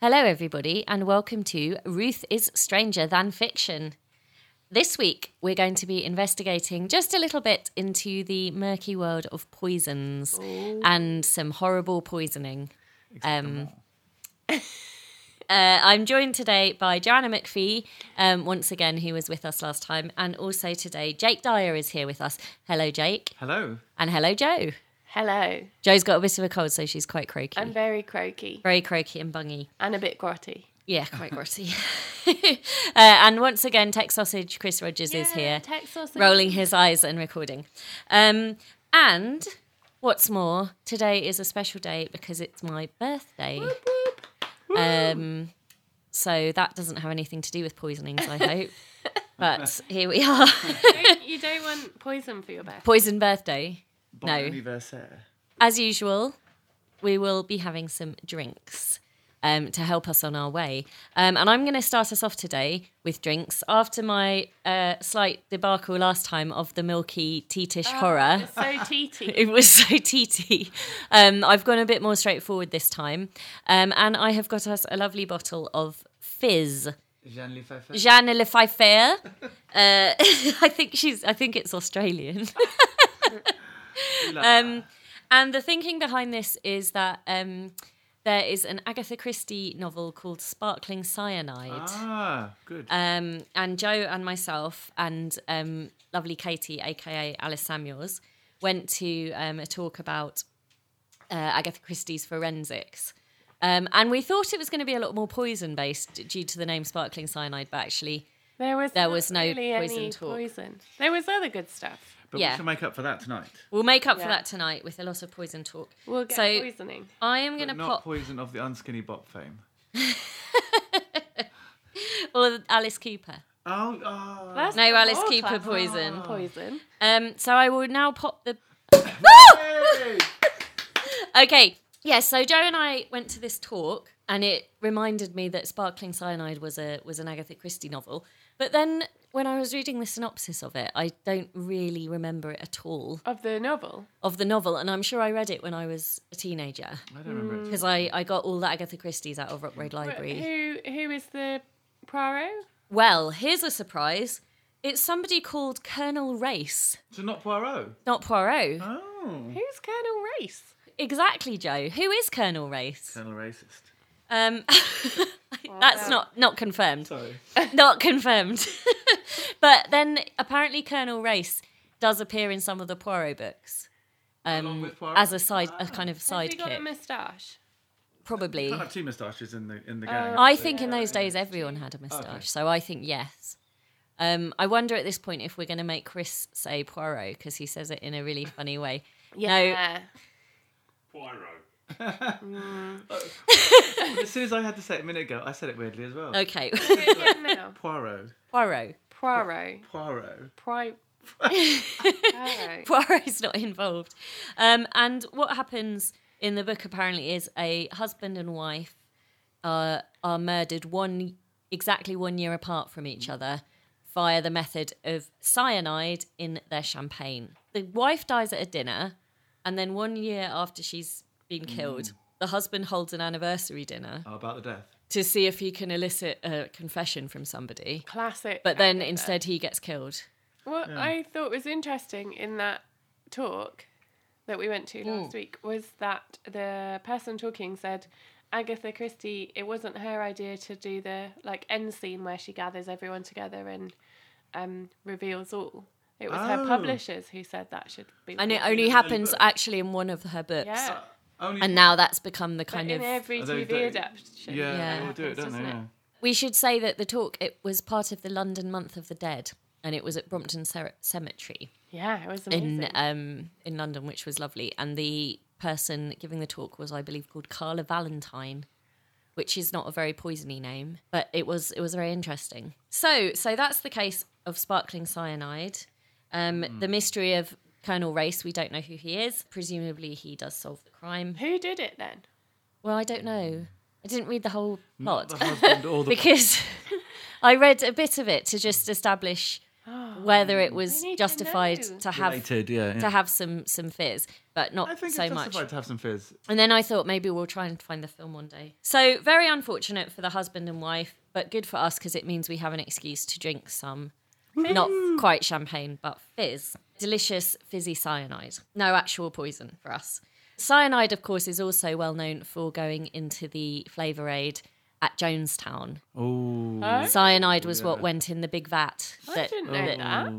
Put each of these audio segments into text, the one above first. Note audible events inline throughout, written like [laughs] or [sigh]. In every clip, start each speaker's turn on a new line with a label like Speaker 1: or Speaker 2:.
Speaker 1: Hello, everybody, and welcome to Ruth is Stranger Than Fiction. This week, we're going to be investigating just a little bit into the murky world of poisons and some horrible poisoning. Um, [laughs] uh, I'm joined today by Joanna McPhee, um, once again, who was with us last time, and also today, Jake Dyer is here with us. Hello, Jake,
Speaker 2: Hello.
Speaker 1: and hello, Joe.
Speaker 3: Hello.
Speaker 1: Joe's got a bit of a cold, so she's quite croaky.
Speaker 3: I'm very croaky
Speaker 1: very croaky and bungy.
Speaker 3: and a bit grotty.
Speaker 1: Yeah, quite grotty. [laughs] uh, and once again, Tech Sausage Chris Rogers is here, rolling his eyes and recording. Um, and what's more, today is a special day because it's my birthday. Um, so that doesn't have anything to do with poisonings, I hope. but here we are. [laughs]
Speaker 3: [laughs] you don't want poison for your back.
Speaker 1: Poison birthday.
Speaker 2: Bon
Speaker 1: No.
Speaker 2: anniversaire.
Speaker 1: As usual, we will be having some drinks um, to help us on our way. Um, and I'm going to start us off today with drinks after my uh, slight debacle last time of the milky teatish horror. [laughs]
Speaker 3: So teety.
Speaker 1: It was so teety. Um, I've gone a bit more straightforward this time. Um, and I have got us a lovely bottle of fizz.
Speaker 2: Jean Lefebvre.
Speaker 1: Jeanne Lefayfair. Uh, [laughs] I think she's. I think it's Australian. um, and the thinking behind this is that um, there is an Agatha Christie novel called Sparkling Cyanide.
Speaker 2: ah, good.
Speaker 1: Um, and Joe and myself and um, lovely Katie, aka Alice Samuels, went to um, a talk about uh, Agatha Christie's forensics. Um, and we thought it was going to be a lot more poison based due to the name Sparkling Cyanide, but actually,
Speaker 3: There was
Speaker 1: There
Speaker 3: not
Speaker 1: was no
Speaker 3: really
Speaker 1: poison
Speaker 3: any
Speaker 1: talk.
Speaker 3: poison. There was other good stuff.
Speaker 2: but
Speaker 1: yeah.
Speaker 2: we should make up for that tonight.
Speaker 1: We'll make up for
Speaker 3: Yeah.
Speaker 1: that tonight with a lot of poison talk.
Speaker 3: We'll get
Speaker 1: so
Speaker 3: poisoning.
Speaker 1: I am going to
Speaker 2: But not
Speaker 1: pop
Speaker 2: poison of the unskinny bop fame.
Speaker 1: or Alice Cooper.
Speaker 2: Oh, oh.
Speaker 3: That's
Speaker 1: No
Speaker 3: the
Speaker 1: Alice
Speaker 3: more
Speaker 1: Cooper
Speaker 3: Oh, class-
Speaker 1: poison.
Speaker 3: Poison.
Speaker 1: Um, so I will now pop the. [coughs]
Speaker 2: Hey!
Speaker 1: Okay, yeah. So Joe and I went to this talk, and it reminded me that Sparkling Cyanide was a was an Agatha Christie novel. But then when I was reading the synopsis of it, I don't really remember it at all
Speaker 3: Of the novel.
Speaker 1: of the novel, and I'm sure I read it when I was a teenager
Speaker 2: I don't remember. It.
Speaker 1: because I I got all the Agatha Christie's out of Rock Road
Speaker 3: But
Speaker 1: Library.
Speaker 3: Who who is the Poirot?
Speaker 1: Well, here's a surprise. It's somebody called Colonel Race,
Speaker 2: So not Poirot.
Speaker 1: not Poirot.
Speaker 2: Oh,
Speaker 3: Who's Colonel Race?
Speaker 1: Exactly, Joe. Who is Colonel Race?
Speaker 2: Colonel racist.
Speaker 1: Um, [laughs]
Speaker 3: Oh,
Speaker 1: that's not not
Speaker 3: [laughs]
Speaker 1: confirmed.
Speaker 2: Sorry.
Speaker 1: Not confirmed. [laughs] but then apparently Colonel Race does appear in some of the Poirot books. Um,
Speaker 2: Along with Poirot?
Speaker 1: as a side, a kind of
Speaker 3: Has he Ah. got a
Speaker 1: sidekick,
Speaker 3: moustache?
Speaker 1: probably.
Speaker 3: [laughs]
Speaker 2: Can't have two moustaches in the in the gang.
Speaker 1: Uh, I think in those days everyone had a moustache, so I think yes. Um, I wonder at this point if we're going to make Chris say Poirot because he says it in a really funny way.
Speaker 3: [laughs] Yeah.
Speaker 2: [laughs] as soon as I had to say it a minute ago, I said it weirdly as well.
Speaker 1: Okay, [laughs]
Speaker 3: No. no.
Speaker 2: Poirot.
Speaker 1: Poirot.
Speaker 3: Poirot.
Speaker 1: [laughs]
Speaker 2: Poirot.
Speaker 3: Pri- Poirot.
Speaker 1: Poirot's not involved. Um, and what happens in the book apparently is a husband and wife uh, are murdered one exactly one year apart from
Speaker 2: Mm.
Speaker 1: each other via the method of cyanide in their champagne. The wife dies at a dinner, and then one year after she's been
Speaker 2: Mm.
Speaker 1: killed, the husband holds an anniversary dinner
Speaker 2: Oh, about the death.
Speaker 1: to see if he can elicit a confession from somebody.
Speaker 3: Classic.
Speaker 1: But then
Speaker 3: Agatha.
Speaker 1: instead, he gets killed.
Speaker 3: What I thought was interesting in that talk that we went to
Speaker 1: Hmm.
Speaker 3: last week was that the person talking said Agatha Christie, it wasn't her idea to do the like end scene where she gathers everyone together and um, reveals all. It was
Speaker 2: Oh.
Speaker 3: her publishers who said that should be.
Speaker 1: And it
Speaker 3: revealed.
Speaker 1: only
Speaker 2: In the
Speaker 1: happens
Speaker 2: book.
Speaker 1: actually in one of her books.
Speaker 3: yeah,
Speaker 2: Uh, Only
Speaker 1: and now that's become the
Speaker 3: but
Speaker 1: kind
Speaker 3: in
Speaker 1: of
Speaker 3: every
Speaker 2: Are they-
Speaker 3: TV
Speaker 2: they-
Speaker 3: adaptation.
Speaker 2: Yeah,
Speaker 1: Yeah.
Speaker 2: they all do it,
Speaker 3: happens,
Speaker 2: don't they?
Speaker 3: doesn't
Speaker 2: Yeah.
Speaker 1: we should say that the talk it was part of the london month of the dead and it was at brompton Cer- cemetery
Speaker 3: Yeah, it was amazing.
Speaker 1: in um in london which was lovely and the person giving the talk was i believe called carla valentine which is not a very poisony name but it was it was very interesting so so that's the case of sparkling cyanide um the mystery of colonel race we don't know who he is presumably he does solve the crime
Speaker 3: Who did it then?
Speaker 1: well i don't know i didn't read the whole plot [laughs]
Speaker 2: Not the husband or the
Speaker 1: because I read a bit of it to just establish whether it was
Speaker 3: We need to
Speaker 1: justified to,
Speaker 3: know.
Speaker 1: have
Speaker 2: Related, yeah. yeah.
Speaker 1: to have some some fears, but
Speaker 2: I
Speaker 1: not
Speaker 2: think
Speaker 1: so
Speaker 2: it's
Speaker 1: much.
Speaker 2: justified to have some fears.
Speaker 1: And then I thought maybe we'll try and find the film one day. So very unfortunate for the husband and wife, but good for us because it means we have an excuse to drink some, not quite champagne, but fizz. Delicious fizzy cyanide. No actual poison for us. Cyanide, of course, is also well known for going into the flavour aid at Jonestown.
Speaker 2: Oh,
Speaker 1: Cyanide was what went in the big vat.
Speaker 3: I didn't know that.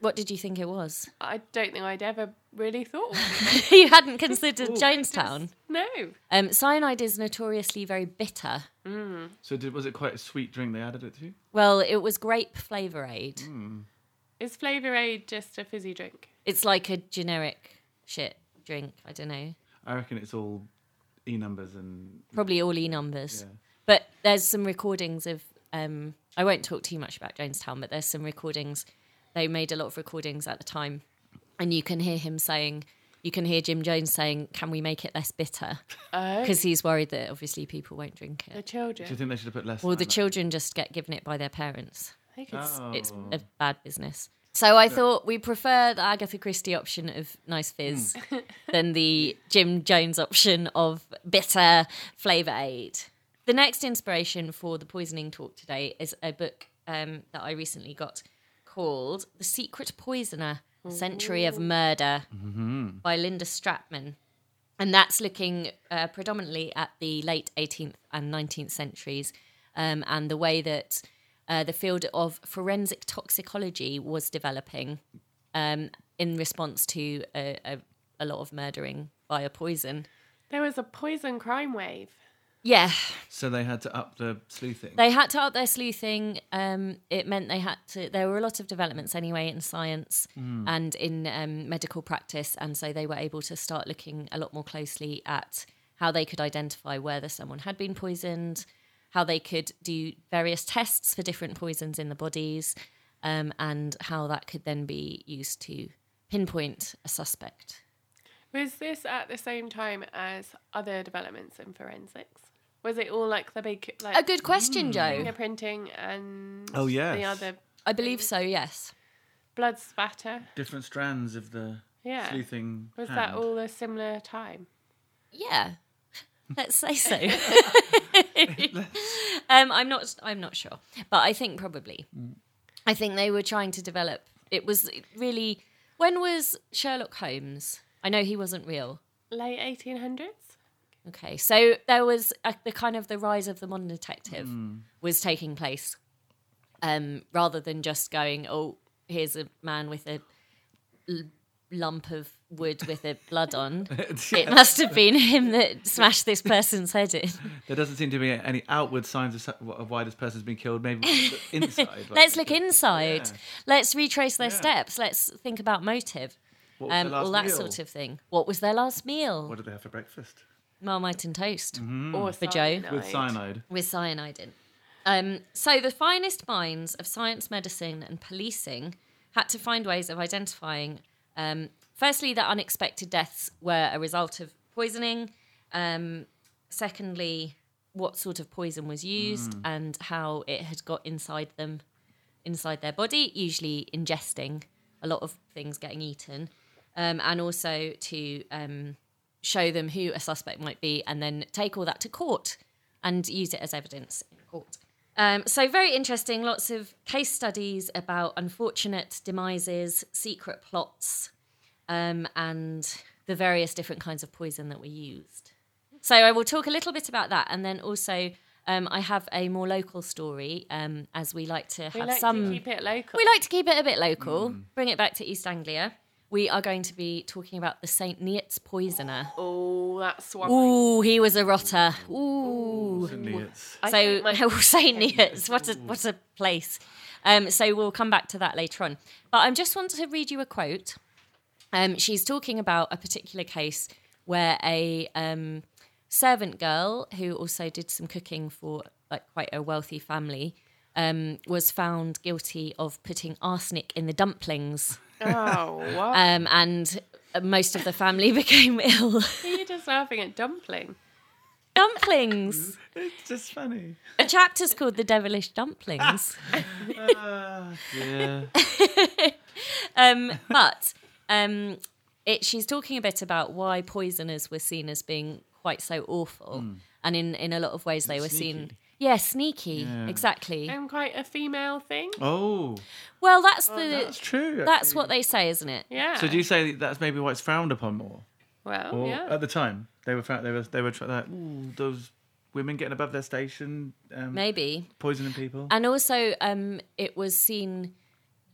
Speaker 1: What did you think it was? [laughs]
Speaker 3: I don't think I'd ever really thought. of it.
Speaker 1: you hadn't considered Jonestown.
Speaker 3: no.
Speaker 1: Um, cyanide is notoriously very bitter.
Speaker 2: so did, was it quite a sweet drink they added it to?
Speaker 1: Well, it was grape flavor aid.
Speaker 3: Is Flavor Aid just a fizzy drink?
Speaker 1: It's like a generic shit drink. I don't know.
Speaker 2: I reckon it's all e numbers and
Speaker 1: Probably all E numbers. But there's some recordings of. Um, I won't talk too much about Jonestown, but there's some recordings. They made a lot of recordings at the time, and you can hear him saying, you can hear Jim Jones saying, "Can we make it less bitter?"
Speaker 3: Oh,
Speaker 1: Because he's worried that obviously people won't drink
Speaker 3: the
Speaker 1: it.
Speaker 2: Do you
Speaker 3: children.
Speaker 2: think they should have put less?
Speaker 1: Well, the
Speaker 2: cyanide?
Speaker 1: children just get given it by their parents.
Speaker 3: They could s-
Speaker 1: it's
Speaker 2: Oh.
Speaker 1: a bad business. So I thought we prefer the Agatha Christie option of nice fizz than the Jim Jones option of bitter flavour aid. The next inspiration for the poisoning talk today is a book um, that I recently got called The Secret Poisoner A Century of Murder by Linda Stratman. And that's looking uh, predominantly at the late 18th and 19th centuries um, and the way that uh, the field of forensic toxicology was developing um, in response to a, a, a lot of murdering via poison.
Speaker 3: There was a poison crime wave.
Speaker 1: Yeah,
Speaker 2: So they had to up the sleuthing.
Speaker 1: they had to up their sleuthing. Um, it meant they had to. There were a lot of developments anyway in science and in um, medical practice, and so they were able to start looking a lot more closely at how they could identify whether someone had been poisoned, how they could do various tests for different poisons in the bodies, um, and how that could then be used to pinpoint a suspect.
Speaker 3: Was this at the same time as other developments in forensics? Was it all like the big
Speaker 1: A
Speaker 3: like
Speaker 1: good question, Joe.
Speaker 3: fingerprinting and
Speaker 2: Oh,
Speaker 3: the
Speaker 2: yes.
Speaker 3: other
Speaker 1: I believe so. Yes.
Speaker 3: blood spatter?
Speaker 2: Different strands of the
Speaker 3: Yeah.
Speaker 2: sleuthing.
Speaker 3: Was
Speaker 2: hand.
Speaker 3: that
Speaker 2: [laughs]
Speaker 3: all a similar time?
Speaker 1: Yeah, let's say so. um, I'm not. I'm not sure, but I think probably. I think they were trying to develop. It was really. When was Sherlock Holmes? I know he wasn't real.
Speaker 3: Late eighteen hundreds?
Speaker 1: Okay, so there was a, the kind of the rise of the modern detective was taking place, um, rather than just going, oh, here's a man with a l- lump of wood with a blood on. It must have been him that smashed this person's head in.
Speaker 2: There doesn't seem to be any outward signs of, su- of why this person's been killed. Maybe we should
Speaker 1: [laughs]
Speaker 2: look inside. [laughs] like-
Speaker 1: Let's look inside.
Speaker 2: Yeah.
Speaker 1: Let's retrace their
Speaker 2: Yeah.
Speaker 1: steps. Let's think about motive.
Speaker 2: What was
Speaker 1: Um,
Speaker 2: their last
Speaker 1: all that
Speaker 2: meal?
Speaker 1: sort of thing. What was their last meal?
Speaker 2: What did they have for breakfast?
Speaker 1: Marmite and toast
Speaker 3: Or
Speaker 1: For Hmm. Joe.
Speaker 2: With cyanide.
Speaker 1: with cyanide in. Um, so the finest minds of science, medicine, and policing had to find ways of identifying. Um, firstly, that unexpected deaths were a result of poisoning. Um, secondly, what sort of poison was used and how it had got inside them, inside their body, usually ingesting a lot of things getting eaten, um, and also to um, show them who a suspect might be and then take all that to court and use it as evidence in court. Um, so, very interesting, lots of case studies about unfortunate demises, secret plots, um, and the various different kinds of poison that were used. So I will talk a little bit about that, and then also um, I have a more local story, um, as we like to have
Speaker 3: We like
Speaker 1: some.
Speaker 3: to keep it local.
Speaker 1: we like to keep it a bit local. Bring it back to East Anglia. We are going to be talking about the Saint Neots poisoner.
Speaker 3: Oh, that's one.
Speaker 1: Ooh, he was a rotter. Ooh.
Speaker 2: Certainly it's-
Speaker 3: I
Speaker 1: So [laughs]
Speaker 3: think my-
Speaker 1: oh,
Speaker 3: [laughs]
Speaker 1: Saint Neots, what a what a place. Um, so we'll come back to that later on. But I just want to read you a quote. Um, she's talking about a particular case where a um, servant girl who also did some cooking for like quite a wealthy family um, was found guilty of putting arsenic in the dumplings,
Speaker 3: Oh, what?
Speaker 1: um, and most of the family [laughs] became ill.
Speaker 3: You're just laughing at dumpling.
Speaker 1: dumplings.
Speaker 2: It's just funny.
Speaker 1: A chapter's called The Devilish
Speaker 3: [laughs]
Speaker 1: Dumplings.
Speaker 2: Ah, [sighs] [laughs] yeah.
Speaker 1: Um, [laughs] but um, it, she's talking a bit about why poisoners were seen as being quite so awful. And in, in a lot of ways, they were seen.
Speaker 2: Hmm. Sneaky.
Speaker 1: Yeah, sneaky.
Speaker 2: Yeah.
Speaker 1: Exactly.
Speaker 3: And quite a female thing.
Speaker 2: Oh,
Speaker 1: Well, that's the.
Speaker 2: that's true.
Speaker 1: That's
Speaker 2: actually.
Speaker 1: what they say, isn't it?
Speaker 3: Yeah.
Speaker 2: So do you say that's maybe why it's frowned upon more?
Speaker 3: Well,
Speaker 2: Or uh,
Speaker 3: yeah.
Speaker 2: at the time they were frowned, they were they were trying like ooh those women getting above their station, um,
Speaker 1: Maybe.
Speaker 2: poisoning people.
Speaker 1: And also, um, it was seen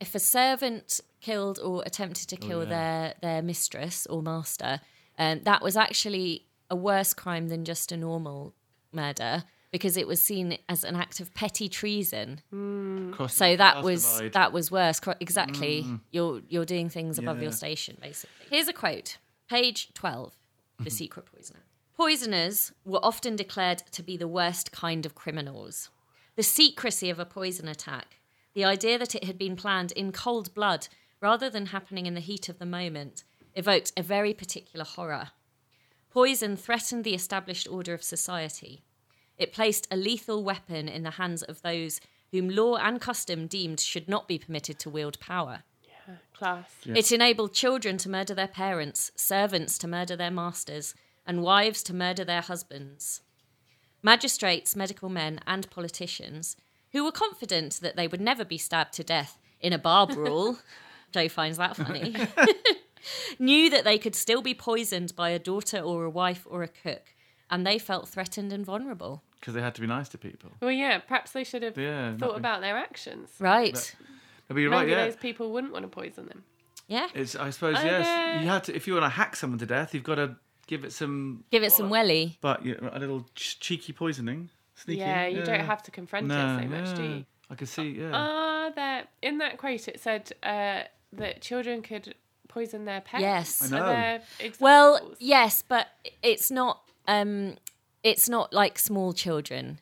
Speaker 1: if a servant killed or attempted to kill
Speaker 2: Oh, yeah.
Speaker 1: their their mistress or master, um, that was actually a worse crime than just a normal murder because it was seen as an act of petty treason.
Speaker 2: Crossing
Speaker 1: So
Speaker 2: the
Speaker 1: that
Speaker 2: class
Speaker 1: was
Speaker 2: divide.
Speaker 1: that was worse. Cor- Exactly, you're you're doing things above your
Speaker 2: Yeah.
Speaker 1: station, basically. Here's a quote, page twelve, the secret poisoner. Poisoners were often declared to be the worst kind of criminals. The secrecy of a poison attack, the idea that it had been planned in cold blood rather than happening in the heat of the moment, evoked a very particular horror. Poison threatened the established order of society. It placed a lethal weapon in the hands of those whom law and custom deemed should not be permitted to wield power.
Speaker 3: Yeah, Class.
Speaker 2: Yeah.
Speaker 1: It enabled children to murder their parents, servants to murder their masters, and wives to murder their husbands. Magistrates, medical men, and politicians, who were confident that they would never be stabbed to death in a bar brawl, Joe finds that funny, [laughs] knew that they could still be poisoned by a daughter or a wife or a cook, and they felt threatened and vulnerable.
Speaker 2: because they had to be nice to people.
Speaker 3: Well, yeah. Perhaps they should have
Speaker 2: Yeah,
Speaker 3: thought
Speaker 2: not-
Speaker 3: about their actions.
Speaker 1: Right.
Speaker 2: But you're right,
Speaker 3: Maybe
Speaker 2: yeah.
Speaker 3: those people wouldn't want to poison them.
Speaker 1: Yeah.
Speaker 2: It's I suppose
Speaker 3: Are
Speaker 2: yes.
Speaker 3: there-
Speaker 2: You have to if you want to hack someone to death, you've got to give it some.
Speaker 1: Give it some welly.
Speaker 2: But you know, a little ch- cheeky poisoning, sneaky.
Speaker 3: Yeah, you don't have to confront
Speaker 2: No,
Speaker 3: it so much, do
Speaker 2: yeah.
Speaker 3: you? Uh,
Speaker 2: I could see. Yeah.
Speaker 3: Are there in that quote? It said uh, that children could poison their pets.
Speaker 1: Yes. I
Speaker 2: know.
Speaker 3: Are there examples?
Speaker 1: Well, yes, but it's not. Um, it's not like small
Speaker 2: [laughs]
Speaker 1: children.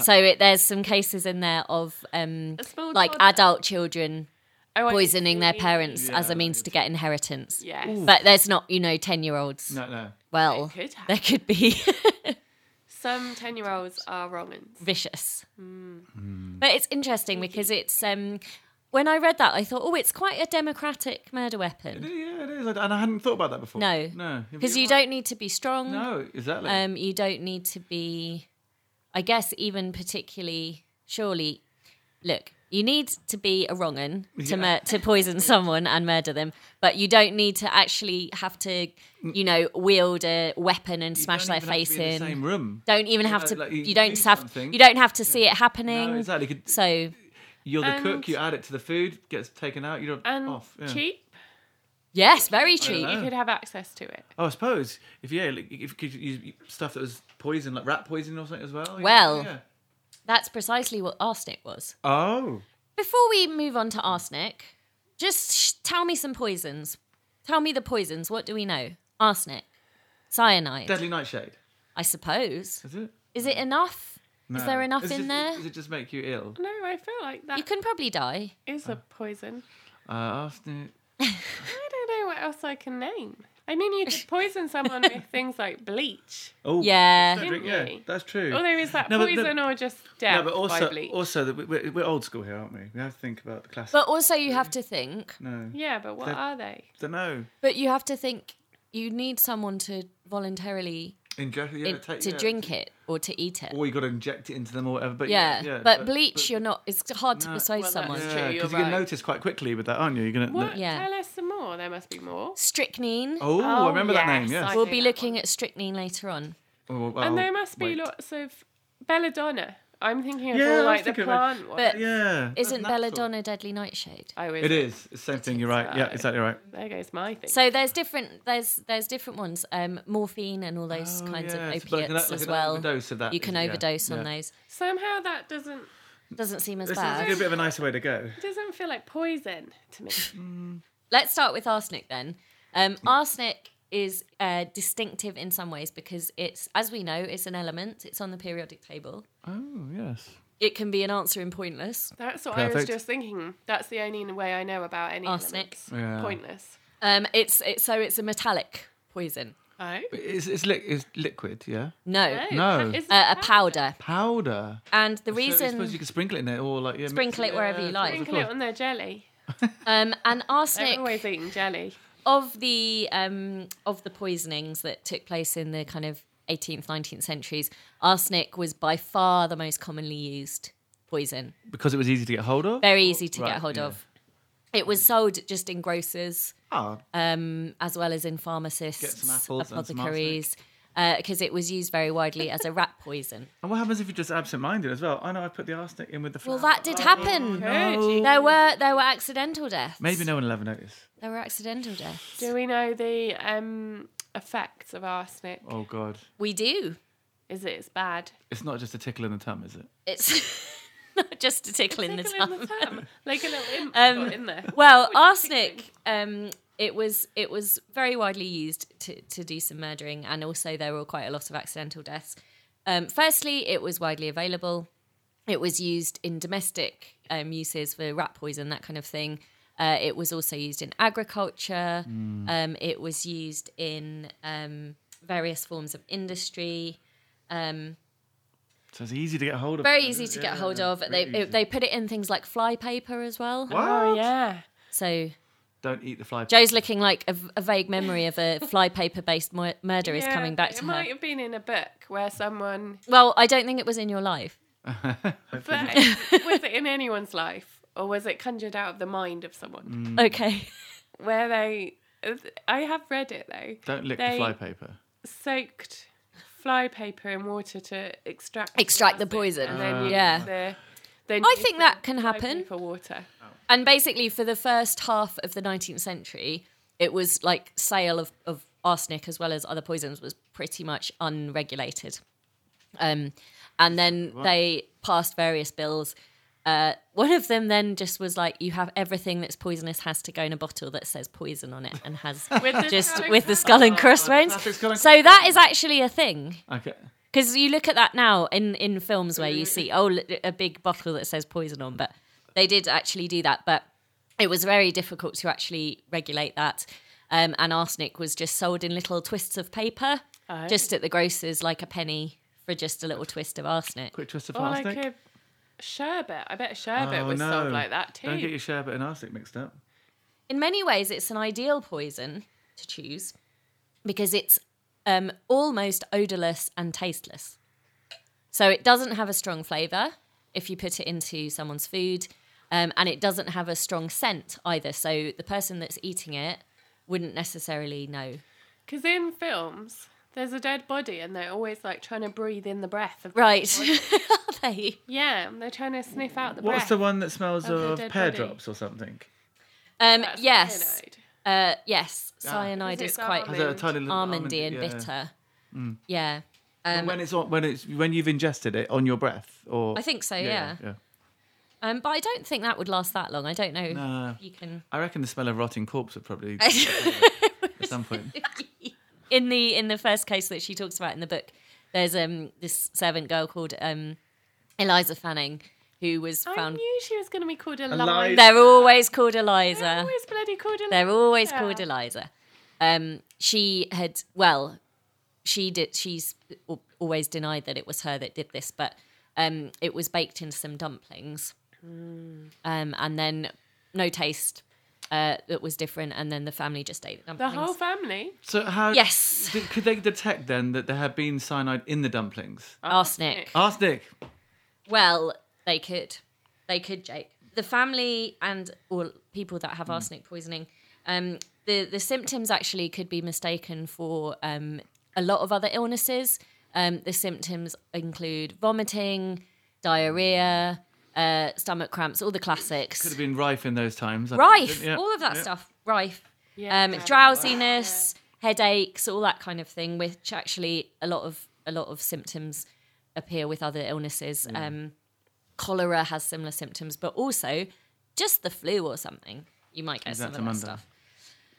Speaker 1: So it, there's some cases in there of um,
Speaker 3: A small
Speaker 1: like
Speaker 3: toddler.
Speaker 1: adult children
Speaker 3: Oh, I
Speaker 1: poisoning their
Speaker 3: see.
Speaker 1: parents as a
Speaker 2: Yeah,
Speaker 1: means to get inheritance.
Speaker 3: Yes.
Speaker 1: But there's not, you know, ten year olds.
Speaker 2: no, no.
Speaker 1: Well,
Speaker 3: It could
Speaker 1: there
Speaker 3: happen.
Speaker 1: could be [laughs]
Speaker 3: Some ten-year-olds are wrong
Speaker 1: vicious.
Speaker 2: Hmm.
Speaker 1: But it's interesting because it's um, when I read that I thought, oh, it's quite a democratic murder weapon.
Speaker 2: Yeah, it is. I- And I hadn't thought about that before.
Speaker 1: No.
Speaker 2: No.
Speaker 1: Because you don't need to be strong.
Speaker 2: No, exactly.
Speaker 1: um, you don't need to be i guess even particularly surely look you need to be a wrong un to, mur- to poison someone and murder them but you don't need to actually have to you know wield a weapon and
Speaker 2: Mm. You
Speaker 1: smash
Speaker 2: don't
Speaker 1: their
Speaker 2: even have to
Speaker 1: face
Speaker 2: be in
Speaker 1: in
Speaker 2: the same room.
Speaker 1: don't even
Speaker 2: You
Speaker 1: have
Speaker 2: know,
Speaker 1: to
Speaker 2: like, you
Speaker 1: you,
Speaker 2: can
Speaker 1: don't
Speaker 2: do
Speaker 1: just have
Speaker 2: something.
Speaker 1: you don't have to see it happening
Speaker 2: No, exactly. You could-
Speaker 1: so
Speaker 2: You're the
Speaker 3: And-
Speaker 2: cook. You add it to the food. Gets taken out. You're
Speaker 3: and
Speaker 2: off. Yeah.
Speaker 3: cheap.
Speaker 1: yes very cheap
Speaker 2: know.
Speaker 3: You
Speaker 2: Oh.
Speaker 3: could have access to it.
Speaker 2: Oh, I suppose if yeah, like, if you could use stuff that was poison, like rat poison or something as well. yeah,
Speaker 1: Well.
Speaker 2: yeah.
Speaker 1: that's precisely what arsenic was
Speaker 2: Oh.
Speaker 1: before we move on to arsenic just sh- tell me some poisons tell me the poisons what do we know arsenic cyanide
Speaker 2: Deadly nightshade.
Speaker 1: I suppose.
Speaker 2: Is it?
Speaker 1: Is it enough? Is
Speaker 2: No.
Speaker 1: there enough
Speaker 2: Is it
Speaker 1: in
Speaker 2: just-
Speaker 1: there?
Speaker 2: Does it just make you ill?
Speaker 3: No, I feel like that
Speaker 1: You
Speaker 3: is
Speaker 1: can probably die.
Speaker 2: Oh.
Speaker 3: a poison.
Speaker 2: Uh, arsenic.
Speaker 3: I don't know what else I can name. I mean, you
Speaker 1: [laughs]
Speaker 3: could poison someone with things like bleach.
Speaker 2: Oh.
Speaker 1: Yeah. Oh,
Speaker 2: don't drink- yeah,
Speaker 3: Didn't
Speaker 2: that's true.
Speaker 3: Although Oh, is that
Speaker 2: No, but- no-
Speaker 3: poison or just
Speaker 2: Yeah,
Speaker 3: death
Speaker 2: but
Speaker 3: by
Speaker 2: also,
Speaker 3: bleach?
Speaker 2: also that we- we're, we're old school here, aren't we? We have to think about the classic.
Speaker 1: But also, you have to think.
Speaker 2: no,
Speaker 3: yeah, but what
Speaker 2: That-
Speaker 3: are they?
Speaker 2: don't know.
Speaker 1: But you have to think. You need someone to voluntarily
Speaker 2: Inject, yeah,
Speaker 1: in-
Speaker 2: take-
Speaker 1: to
Speaker 2: yeah,
Speaker 1: drink it or to eat it.
Speaker 2: or you got to inject it into them or whatever. But
Speaker 1: yeah.
Speaker 2: yeah,
Speaker 1: but, bleach, you're not. It's hard to
Speaker 2: No.
Speaker 1: persuade
Speaker 3: Well,
Speaker 1: someone.
Speaker 3: that's-
Speaker 2: yeah,
Speaker 3: true,
Speaker 2: because
Speaker 3: you're
Speaker 2: you're gonna
Speaker 3: right.
Speaker 2: notice quite quickly with that, aren't you? You're gonna.
Speaker 3: What?
Speaker 1: Yeah.
Speaker 3: Tell us some more. There must be more.
Speaker 1: Strychnine.
Speaker 2: Oh,
Speaker 3: Oh,
Speaker 2: I remember that name.
Speaker 3: yes,
Speaker 2: Yes.
Speaker 3: I-
Speaker 1: we'll
Speaker 3: know
Speaker 1: be
Speaker 3: that
Speaker 1: looking at strychnine later on.
Speaker 2: Oh, well,
Speaker 3: and there must be
Speaker 2: wait.
Speaker 3: lots of belladonna. I'm thinking of
Speaker 2: Yeah, I
Speaker 3: all
Speaker 2: was
Speaker 3: like the
Speaker 2: thinking about-
Speaker 3: plant one.
Speaker 1: But
Speaker 2: Yeah. that's
Speaker 1: isn't
Speaker 2: natural.
Speaker 1: belladonna deadly nightshade?
Speaker 3: I was,
Speaker 2: It is. It's the same thing. You're right. Yeah,
Speaker 3: so.
Speaker 2: exactly right.
Speaker 3: There goes my thing.
Speaker 1: So there's different there's there's different ones, um, morphine and all those
Speaker 2: Oh,
Speaker 1: kinds
Speaker 2: yeah,
Speaker 1: of
Speaker 2: it's
Speaker 1: opiates
Speaker 2: like an- like
Speaker 1: as
Speaker 2: an
Speaker 1: well.
Speaker 2: overdose of that,
Speaker 1: you can
Speaker 2: isn't it? Yeah,
Speaker 1: overdose on
Speaker 2: yeah.
Speaker 1: those.
Speaker 3: Somehow that doesn't
Speaker 1: Doesn't seem as
Speaker 2: This is
Speaker 1: bad.
Speaker 2: a bit of a nicer way to go.
Speaker 3: doesn't feel like poison
Speaker 2: [laughs]
Speaker 3: to me.
Speaker 1: Let's start with arsenic then. Um, arsenic is uh, distinctive in some ways because it's, as we know, it's an element. It's on the periodic table.
Speaker 2: Oh yes.
Speaker 1: It can be an answer in pointless.
Speaker 3: That's what I was
Speaker 2: Perfect.
Speaker 3: just thinking. That's the only way I know about any
Speaker 1: Arsenic.
Speaker 3: elements.
Speaker 2: Yeah.
Speaker 3: Pointless.
Speaker 1: Um, it's, it's so it's a metallic poison.
Speaker 3: Oh.
Speaker 2: But It's it's, li- it's liquid, yeah.
Speaker 1: No,
Speaker 2: No.
Speaker 3: Is
Speaker 1: uh,
Speaker 3: that-
Speaker 1: a powder.
Speaker 2: Powder.
Speaker 1: And the
Speaker 2: So I
Speaker 1: reason
Speaker 2: suppose you could sprinkle it in there, or like yeah, mix
Speaker 1: Sprinkle it wherever you
Speaker 2: yeah,
Speaker 1: like.
Speaker 2: of
Speaker 3: Sprinkle it
Speaker 2: course.
Speaker 3: on their jelly.
Speaker 1: um, and
Speaker 3: They're
Speaker 1: arsenic
Speaker 3: always eating jelly.
Speaker 1: of the um, of the poisonings that took place in the kind of 18th, 19th centuries, arsenic was by far the most commonly used poison.
Speaker 2: because it was easy to get hold of.
Speaker 1: Very easy to
Speaker 2: Right,
Speaker 1: get hold
Speaker 2: yeah.
Speaker 1: of. It was sold just in grocers
Speaker 2: Ah,
Speaker 1: um, as well as in pharmacists,
Speaker 2: Get some apples and some
Speaker 1: apothecaries, because uh, it was used very widely as a rat
Speaker 2: [laughs]
Speaker 1: poison.
Speaker 2: and what happens if you're just absent-minded as well? I know I put the arsenic in with the.
Speaker 1: Well,
Speaker 2: flour.
Speaker 1: that did happen.
Speaker 3: Good.
Speaker 1: There were there were accidental deaths.
Speaker 2: Maybe no one will ever notice.
Speaker 1: There were accidental deaths.
Speaker 3: Do we know the um, effects of arsenic?
Speaker 2: Oh God,
Speaker 1: We do.
Speaker 3: Is it it's bad?
Speaker 2: it's not just a tickle in the tum, is it?
Speaker 1: It's [laughs] not just a tickle in the
Speaker 3: Tickle
Speaker 1: tongue.
Speaker 3: tum. like a little
Speaker 1: [laughs]
Speaker 3: imp
Speaker 1: Um,
Speaker 3: got in there.
Speaker 1: Well,
Speaker 3: Which is
Speaker 1: arsenic. Um, it was it was very widely used to, to do some murdering, and also there were quite a lot of accidental deaths. Um, firstly, it was widely available. It was used in domestic um, uses for rat poison, that kind of thing. Uh, it was also used in agriculture.
Speaker 2: Mm.
Speaker 1: Um, it was used in um, various forms of industry. Um,
Speaker 2: So it's easy to get hold of.
Speaker 1: very easy to get
Speaker 2: Yeah,
Speaker 1: hold of. They
Speaker 2: really easy.
Speaker 1: it, they put it in things like flypaper as well.
Speaker 2: What?
Speaker 3: Oh yeah.
Speaker 1: So
Speaker 2: Don't eat the fly.
Speaker 1: Joe's looking like a, a vague memory of
Speaker 3: [laughs]
Speaker 1: a flypaper based mur- murder is
Speaker 3: Yeah,
Speaker 1: coming back
Speaker 3: it
Speaker 1: to her.
Speaker 3: might have been in a book where
Speaker 1: [laughs]
Speaker 3: someone
Speaker 1: Well, I don't think it was in your life.
Speaker 2: Hopefully-
Speaker 3: but was it in anyone's life or was it conjured out of the mind of someone?
Speaker 1: Okay. [laughs]
Speaker 3: Where they I have read it though.
Speaker 2: Mm. Don't lick
Speaker 3: They-
Speaker 2: the flypaper.
Speaker 3: soaked flypaper in water to extract
Speaker 1: Extract the
Speaker 3: acid
Speaker 1: poison.
Speaker 3: and
Speaker 2: Ah.
Speaker 3: then use
Speaker 1: Yeah.
Speaker 3: the- then
Speaker 1: I
Speaker 3: use
Speaker 1: think
Speaker 3: the
Speaker 1: that can happen.
Speaker 3: flypaper water.
Speaker 1: And basically, for the first half of the 19th century, it was like sale of, of arsenic as well as other poisons was pretty much unregulated. Um, and then they passed various bills. Uh, one of them then just was like, you have everything that's poisonous has to go in a bottle that says poison on it and
Speaker 3: [laughs]
Speaker 1: has
Speaker 3: With the
Speaker 1: just
Speaker 3: skull
Speaker 1: with the
Speaker 3: and
Speaker 1: skull and
Speaker 3: [laughs]
Speaker 1: crossbones.
Speaker 2: Classic skull and
Speaker 1: So that is actually a thing.
Speaker 2: Okay.
Speaker 1: Because you look at that now in, in films where you see, oh, l- a big bottle that says poison on, but they did actually do that. But it was very difficult to actually regulate that. Um, and arsenic was just sold in little twists of paper,
Speaker 3: Oh.
Speaker 1: just at the grocers, like a penny for just a little twist of arsenic.
Speaker 2: Quick twist of
Speaker 3: Or like
Speaker 2: arsenic.
Speaker 3: a sherbet. I bet a sherbet
Speaker 2: Oh,
Speaker 3: was sold
Speaker 2: no.
Speaker 3: like that
Speaker 2: Don't get
Speaker 3: too.
Speaker 2: your sherbet and arsenic mixed up.
Speaker 1: In many ways, it's an ideal poison to choose because it's um, almost odorless and tasteless. So it doesn't have a strong flavour if you put it into someone's food, um, and it doesn't have a strong scent either. So the person that's eating it wouldn't necessarily know.
Speaker 3: Because in films, there's a dead body and they're always like trying to breathe in the breath. Of
Speaker 1: Right. [laughs] Are they?
Speaker 3: Yeah, and they're trying to sniff out the
Speaker 2: What's
Speaker 3: breath.
Speaker 2: the one that smells
Speaker 3: Of the
Speaker 2: of
Speaker 3: dead
Speaker 2: pear
Speaker 3: body.
Speaker 2: drops or something?
Speaker 1: Um,
Speaker 3: That's
Speaker 1: yes.
Speaker 3: cyanide.
Speaker 1: Uh, yes.
Speaker 2: Ah.
Speaker 1: Cyanide
Speaker 3: Is it
Speaker 1: is quite
Speaker 2: Has
Speaker 3: almond?
Speaker 1: almondy
Speaker 2: a tiny little almond-
Speaker 1: and
Speaker 2: yeah.
Speaker 1: bitter. Yeah. Um,
Speaker 2: when it's on, when it's when you've ingested it on your breath, or
Speaker 1: I think so, yeah. Um, but I don't think that would last that long. I don't know. if
Speaker 2: No.
Speaker 1: You can
Speaker 2: I reckon the smell of rotting corpse would probably at some point.
Speaker 1: [laughs] in the in the first case that she talks about in the book. There's um this servant girl called um Eliza Fanning who was
Speaker 3: I
Speaker 1: found.
Speaker 3: knew she was going to be called Eliza.
Speaker 2: Eliza.
Speaker 1: They're always called
Speaker 3: They're
Speaker 1: Eliza.
Speaker 3: always bloody called Eliza.
Speaker 1: They're always
Speaker 3: Yeah.
Speaker 1: called Eliza. Um, she had well, she did. She's al- always denied that it was her that did this, but um, it was baked into some dumplings, um, and then no taste uh, that was different, and then the family just ate the
Speaker 3: The
Speaker 1: dumplings.
Speaker 3: whole family.
Speaker 2: So how?
Speaker 1: Yes.
Speaker 2: Did, could they detect then that there had been cyanide in the dumplings?
Speaker 1: arsenic.
Speaker 2: Arsenic.
Speaker 1: Well, they could. They could, Jake. The family and all people that
Speaker 2: Hmm.
Speaker 1: have arsenic poisoning, um, the, the symptoms actually could be mistaken for um, a lot of other illnesses. Um, the symptoms include vomiting, diarrhea, uh, stomach cramps, all the
Speaker 2: Could
Speaker 1: classics.
Speaker 2: have been rife in those times. I
Speaker 1: Rife,
Speaker 2: think, yeah.
Speaker 1: all of that
Speaker 2: Yeah.
Speaker 1: stuff. Rife.
Speaker 3: Yeah.
Speaker 1: Um, drowsiness, headaches, all that kind of thing, which actually a lot of a lot of symptoms appear with other illnesses. Um, cholera has similar symptoms, but also just the flu or something, you might get some of
Speaker 2: Exacto
Speaker 1: that
Speaker 2: mundo.
Speaker 1: stuff.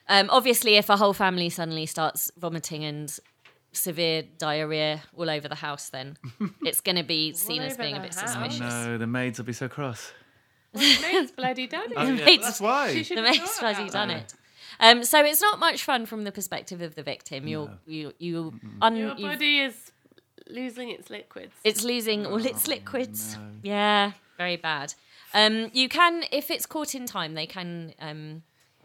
Speaker 1: Um, obviously, if a whole family suddenly starts vomiting and severe diarrhea all over the house,
Speaker 3: [laughs]
Speaker 1: then it's going to be seen as
Speaker 3: over
Speaker 1: being a
Speaker 3: the
Speaker 1: bit
Speaker 3: house.
Speaker 1: suspicious.
Speaker 2: Oh, No, the maids will be so cross. Oh,
Speaker 3: Well, the maid's bloody daddy.
Speaker 1: [laughs] yeah. maids-
Speaker 2: that's
Speaker 3: She
Speaker 2: why.
Speaker 3: should
Speaker 1: The
Speaker 2: [laughs]
Speaker 3: have
Speaker 1: mate's
Speaker 3: thought
Speaker 1: bloody
Speaker 3: about
Speaker 1: done
Speaker 3: that.
Speaker 1: it. Um, so it's not much fun from the perspective of the victim. You're you you un,
Speaker 3: Your
Speaker 1: you've-
Speaker 3: body is losing its liquids.
Speaker 1: it's losing all its liquids.
Speaker 2: Oh, no.
Speaker 1: Yeah, very bad. Um, you can, if it's caught in time, they can, um,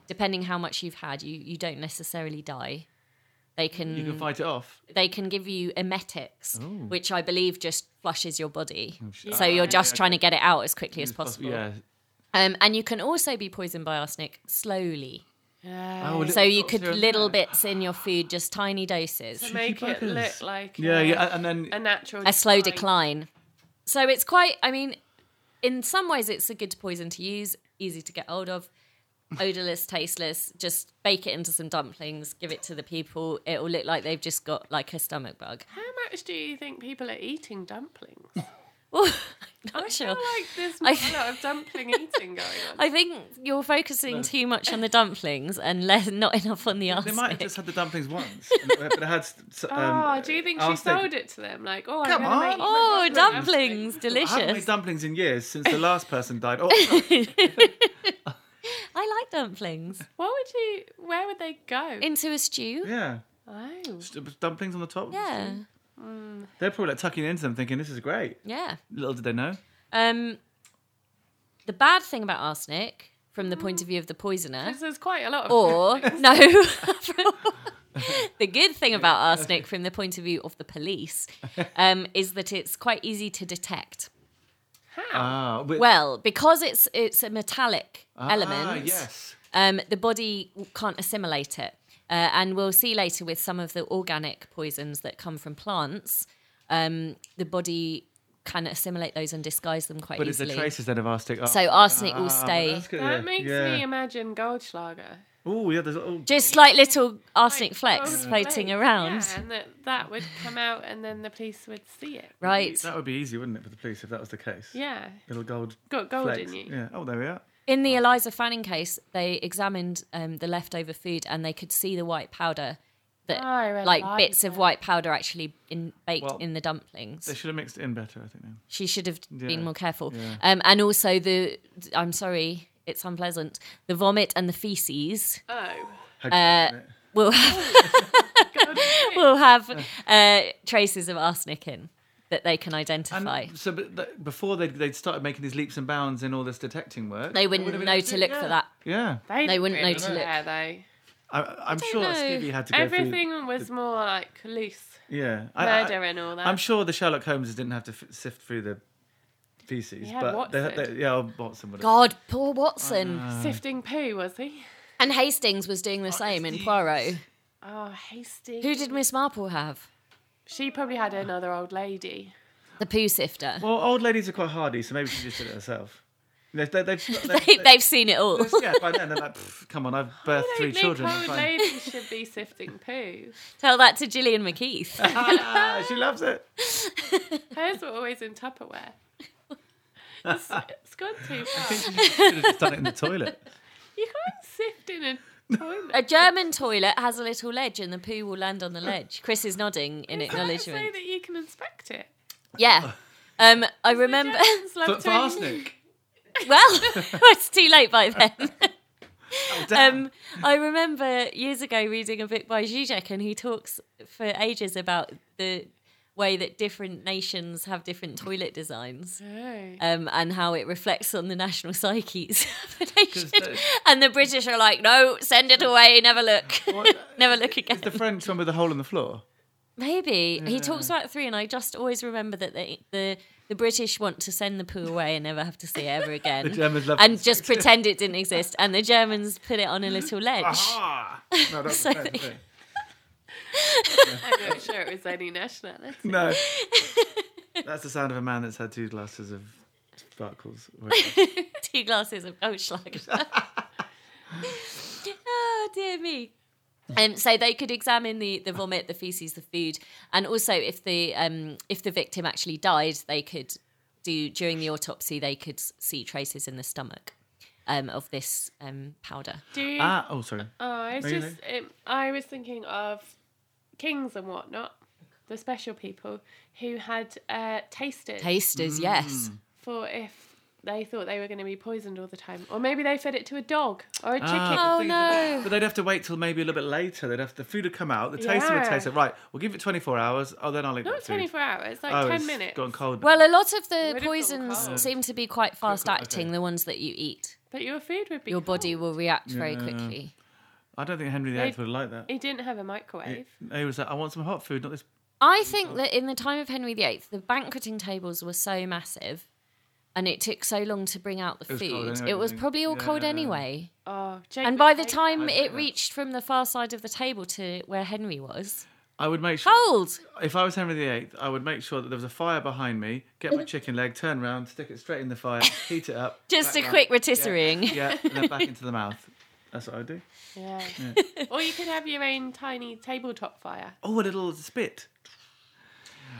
Speaker 1: depending how much you've had, you, you don't necessarily die. They can,
Speaker 2: You can fight it off.
Speaker 1: they can give you emetics, which I believe just flushes your body.
Speaker 2: Oh, shit.
Speaker 1: so you're just trying to get it out as quickly as
Speaker 2: It's poss-
Speaker 1: possible.
Speaker 2: Yeah.
Speaker 1: Um, and you can also be poisoned by arsenic slowly.
Speaker 3: Yeah.
Speaker 2: Oh,
Speaker 1: So you
Speaker 2: drops
Speaker 1: could
Speaker 2: here and
Speaker 1: little
Speaker 2: there.
Speaker 1: bits in your food, just tiny doses.
Speaker 3: to make it look like uh,
Speaker 2: Yeah,
Speaker 3: a,
Speaker 2: yeah, and then
Speaker 3: a natural
Speaker 1: a slow decline. So it's quite. I mean, in some ways, it's a good poison to use, easy to get hold of, odorless, tasteless. Just bake it into some dumplings, give it to the people. It will look like they've just got like a stomach bug. [laughs]
Speaker 3: How much do you think people are eating dumplings?
Speaker 1: Well, I'm not
Speaker 3: I feel
Speaker 1: sure.
Speaker 3: like there's
Speaker 1: I-
Speaker 3: not a lot of dumpling eating going on.
Speaker 1: I think you're focusing too much on the dumplings and less, not enough on the
Speaker 2: They might have
Speaker 1: arsenic.
Speaker 2: just had the dumplings once, and- but it had.
Speaker 3: [laughs]
Speaker 2: s- Um,
Speaker 3: oh, do you think she
Speaker 2: arsenic.
Speaker 3: sold it to them? Like, oh,
Speaker 2: Come
Speaker 3: I'm gonna make
Speaker 2: on.
Speaker 3: you
Speaker 1: Oh,
Speaker 3: a dumpling.
Speaker 1: dumplings,
Speaker 2: I haven't made
Speaker 1: delicious.
Speaker 2: dumplings in years since
Speaker 1: [laughs]
Speaker 2: the last person died. Oh,
Speaker 1: I like dumplings.
Speaker 3: What would you? Where would they go?
Speaker 1: Into a stew?
Speaker 2: yeah.
Speaker 3: oh,
Speaker 2: St- Dumplings on the top.
Speaker 1: Yeah.
Speaker 2: They're probably like tucking into them, thinking this is great.
Speaker 1: Yeah.
Speaker 2: Little did they know.
Speaker 1: Um, the bad thing about arsenic, from the point of view of the poisoner,
Speaker 3: 'Cause there's quite a lot of.
Speaker 1: or
Speaker 2: [laughs]
Speaker 1: no, [laughs] the good thing about arsenic, from the point of view of the police, um, is that it's quite easy to detect.
Speaker 2: Ah, but,
Speaker 1: Well, because it's it's a metallic
Speaker 2: ah,
Speaker 1: element,
Speaker 2: Yes.
Speaker 1: um, the body w- can't assimilate it. Uh, and we'll see later with some of the organic poisons that come from plants, um, the body can assimilate those and disguise them quite
Speaker 2: But it's
Speaker 1: easily.
Speaker 2: the traces then of arsenic.
Speaker 1: So arsenic
Speaker 2: Ah,
Speaker 1: will stay.
Speaker 3: That makes me imagine Goldschlager.
Speaker 2: Oh yeah, there's oh,
Speaker 1: Just like little arsenic
Speaker 3: Like,
Speaker 1: flecks
Speaker 3: gold
Speaker 1: floating
Speaker 3: flakes,
Speaker 1: around.
Speaker 3: Yeah, and that, that would come out, and then the police would see it.
Speaker 1: Right.
Speaker 2: That would be easy, wouldn't it, for the police if that was the case?
Speaker 3: Yeah,
Speaker 2: Little gold.
Speaker 3: got gold
Speaker 2: flakes.
Speaker 3: in you.
Speaker 2: Yeah. Oh, there we are.
Speaker 1: In the Eliza Fanning case, they examined um, the leftover food and they could see the white powder that,
Speaker 3: Ah, I read
Speaker 1: like
Speaker 3: lies
Speaker 1: bits of
Speaker 3: there.
Speaker 1: white powder actually in, baked
Speaker 2: Well,
Speaker 1: in the dumplings.
Speaker 2: They should have mixed it in better, I think. Then.
Speaker 1: she should have
Speaker 2: Yeah,
Speaker 1: been more careful.
Speaker 2: yeah.
Speaker 1: Um, and also the, I'm sorry, it's unpleasant. The vomit and the feces [laughs] uh,
Speaker 3: Oh,
Speaker 2: Had-
Speaker 1: will have, will
Speaker 2: [laughs]
Speaker 1: have uh, traces of arsenic in that they can
Speaker 2: and
Speaker 1: identify.
Speaker 2: so but th- before they'd, they'd started making these leaps and bounds in all this detecting work,
Speaker 1: they
Speaker 2: would have
Speaker 1: wouldn't
Speaker 2: been
Speaker 1: know
Speaker 2: able
Speaker 1: to look
Speaker 2: yeah.
Speaker 1: for that.
Speaker 2: Yeah,
Speaker 3: they,
Speaker 1: They wouldn't
Speaker 3: really
Speaker 1: know to look.
Speaker 3: care, though.
Speaker 2: I, I'm sure
Speaker 1: know.
Speaker 2: Stevie had to go
Speaker 3: Everything was more like loose
Speaker 2: through. Yeah, I- I-
Speaker 3: murder and all that.
Speaker 2: I'm sure the Sherlock Holmeses didn't have to f- sift through the feces,
Speaker 3: He had
Speaker 2: but they,
Speaker 3: Watson.
Speaker 2: they, yeah, oh, Watson would have.
Speaker 1: God, poor Watson.
Speaker 3: Sifting poo, was he?
Speaker 1: And Hastings was doing
Speaker 2: Oh,
Speaker 1: the same in Poirot.
Speaker 3: Oh, hasty.
Speaker 1: Who did Miss Marple have?
Speaker 3: She probably had another old lady.
Speaker 1: The poo sifter. [laughs]
Speaker 2: Well, old ladies are quite hardy, so maybe she just did it herself. They, they,
Speaker 1: [laughs]
Speaker 2: they've,
Speaker 1: they, Oh, they've seen it all.
Speaker 2: yeah, by then they're
Speaker 1: [laughs]
Speaker 2: like, "Pff, come on, I've birthed
Speaker 3: I
Speaker 2: three
Speaker 3: don't
Speaker 2: children.
Speaker 3: think
Speaker 2: it's
Speaker 3: old
Speaker 2: fine."
Speaker 3: ladies should be sifting poo.
Speaker 1: Tell that to Gillian
Speaker 2: [laughs]
Speaker 1: McKeith.
Speaker 2: [laughs] Ah, she loves
Speaker 1: [laughs]
Speaker 2: it.
Speaker 3: Hers were always in Tupperware. It's, it's gone
Speaker 2: [laughs]
Speaker 3: too far.
Speaker 2: Should have just done it in the toilet.
Speaker 1: Um,
Speaker 3: You can't sift in a toilet.
Speaker 1: a German toilet has a little ledge and the poo will land on the ledge. Chris is nodding in
Speaker 3: Is that so
Speaker 1: acknowledgement.
Speaker 3: that you can inspect it?
Speaker 1: Yeah. Um, I remember.
Speaker 2: [laughs]
Speaker 3: The Germans love
Speaker 2: But for
Speaker 3: to-
Speaker 2: arsenic.
Speaker 1: [laughs] well,
Speaker 2: [laughs]
Speaker 1: [laughs] it's too late by then. [laughs]
Speaker 2: Oh, damn.
Speaker 1: Um, I remember years ago reading a book by Zizek, and he talks for ages about the way that different nations have different toilet designs.
Speaker 3: Oh.
Speaker 1: um, and how it reflects on the national [laughs] psyches of the nation.
Speaker 2: 'Cause the-
Speaker 1: and the British are like, no, send it away, never look,
Speaker 2: [laughs] What-
Speaker 1: [laughs] never look again.
Speaker 2: the French one with the hole in the floor.
Speaker 1: Maybe he talks about three, and I just always remember that they, the the British want to send the poo away and never have to see it ever again.
Speaker 2: The Germans love
Speaker 1: and just pretend it didn't exist, and the Germans put it on a little
Speaker 2: [laughs]
Speaker 1: ledge. [laughs]
Speaker 2: Ah! No, that's
Speaker 1: So
Speaker 2: the French,
Speaker 1: they-
Speaker 2: isn't it?
Speaker 3: I'm not sure it was
Speaker 2: [laughs]
Speaker 3: any nationality.
Speaker 2: No.
Speaker 1: [laughs]
Speaker 2: That's the sound of a man that's had two glasses of sparkles.
Speaker 1: [laughs] Two glasses of
Speaker 2: [laughs]
Speaker 1: Goldschlager. oh dear me. Um, so they could examine the, the vomit, the feces, the food, and also if the um, if the victim actually died, they could do during the autopsy they could s- see traces in the stomach um, of this um, powder.
Speaker 3: Do you,
Speaker 2: ah, oh, sorry.
Speaker 3: oh, it's
Speaker 2: Really?
Speaker 3: just it, I was thinking of kings and whatnot, the special people who had uh, tasted
Speaker 2: Mm.
Speaker 1: Tasters, yes,
Speaker 3: for if they thought they were going to be poisoned all the time, or maybe they fed it to a dog or a chicken.
Speaker 2: Ah.
Speaker 1: Oh no!
Speaker 2: But they'd have to wait till maybe a little bit later. They'd have the food would come out. The taster would
Speaker 3: Yeah.
Speaker 2: taste it. Right, we'll give it 24 hours. Oh, then I'll eat
Speaker 3: Not
Speaker 2: that food.
Speaker 3: 24 hours, like
Speaker 2: oh,
Speaker 3: 10
Speaker 2: it's
Speaker 3: minutes.
Speaker 2: gone cold.
Speaker 1: Well, a lot of the
Speaker 3: Where'd it come from?
Speaker 1: poisons seem to be quite fast
Speaker 2: okay.
Speaker 1: acting. The ones that you eat,
Speaker 3: But your food would be
Speaker 1: your body
Speaker 3: cold.
Speaker 1: will react very
Speaker 2: Yeah.
Speaker 1: quickly.
Speaker 2: I don't think Henry VIII
Speaker 3: They've-
Speaker 2: would like that.
Speaker 3: He didn't have a microwave.
Speaker 2: He was like, I want some hot food, not this.
Speaker 1: I think that in the time of Henry VIII, the banqueting tables were so massive, and it took so long to bring out the
Speaker 2: It was cold
Speaker 1: food.
Speaker 2: anyway,
Speaker 1: it was
Speaker 2: didn't it?
Speaker 1: probably all cold
Speaker 2: Yeah.
Speaker 1: anyway.
Speaker 3: Oh, Jake
Speaker 1: And
Speaker 3: would
Speaker 1: by the
Speaker 3: hate
Speaker 1: time
Speaker 2: I-
Speaker 1: it reached from the far side of the table to where Henry was,
Speaker 2: I would make sure.
Speaker 1: cold.
Speaker 2: If I was Henry VIII, I would make sure that there was a fire behind me,
Speaker 1: [laughs]
Speaker 2: get my chicken leg, turn round, stick it straight in the fire, heat it up.
Speaker 1: Just a
Speaker 2: back round.
Speaker 1: quick rotisserie.
Speaker 2: [laughs] Yeah, and then back into the mouth. That's what I would do.
Speaker 3: that.
Speaker 2: [laughs]
Speaker 3: Yeah. or you could have your own tiny tabletop fire.
Speaker 2: Oh, a little spit.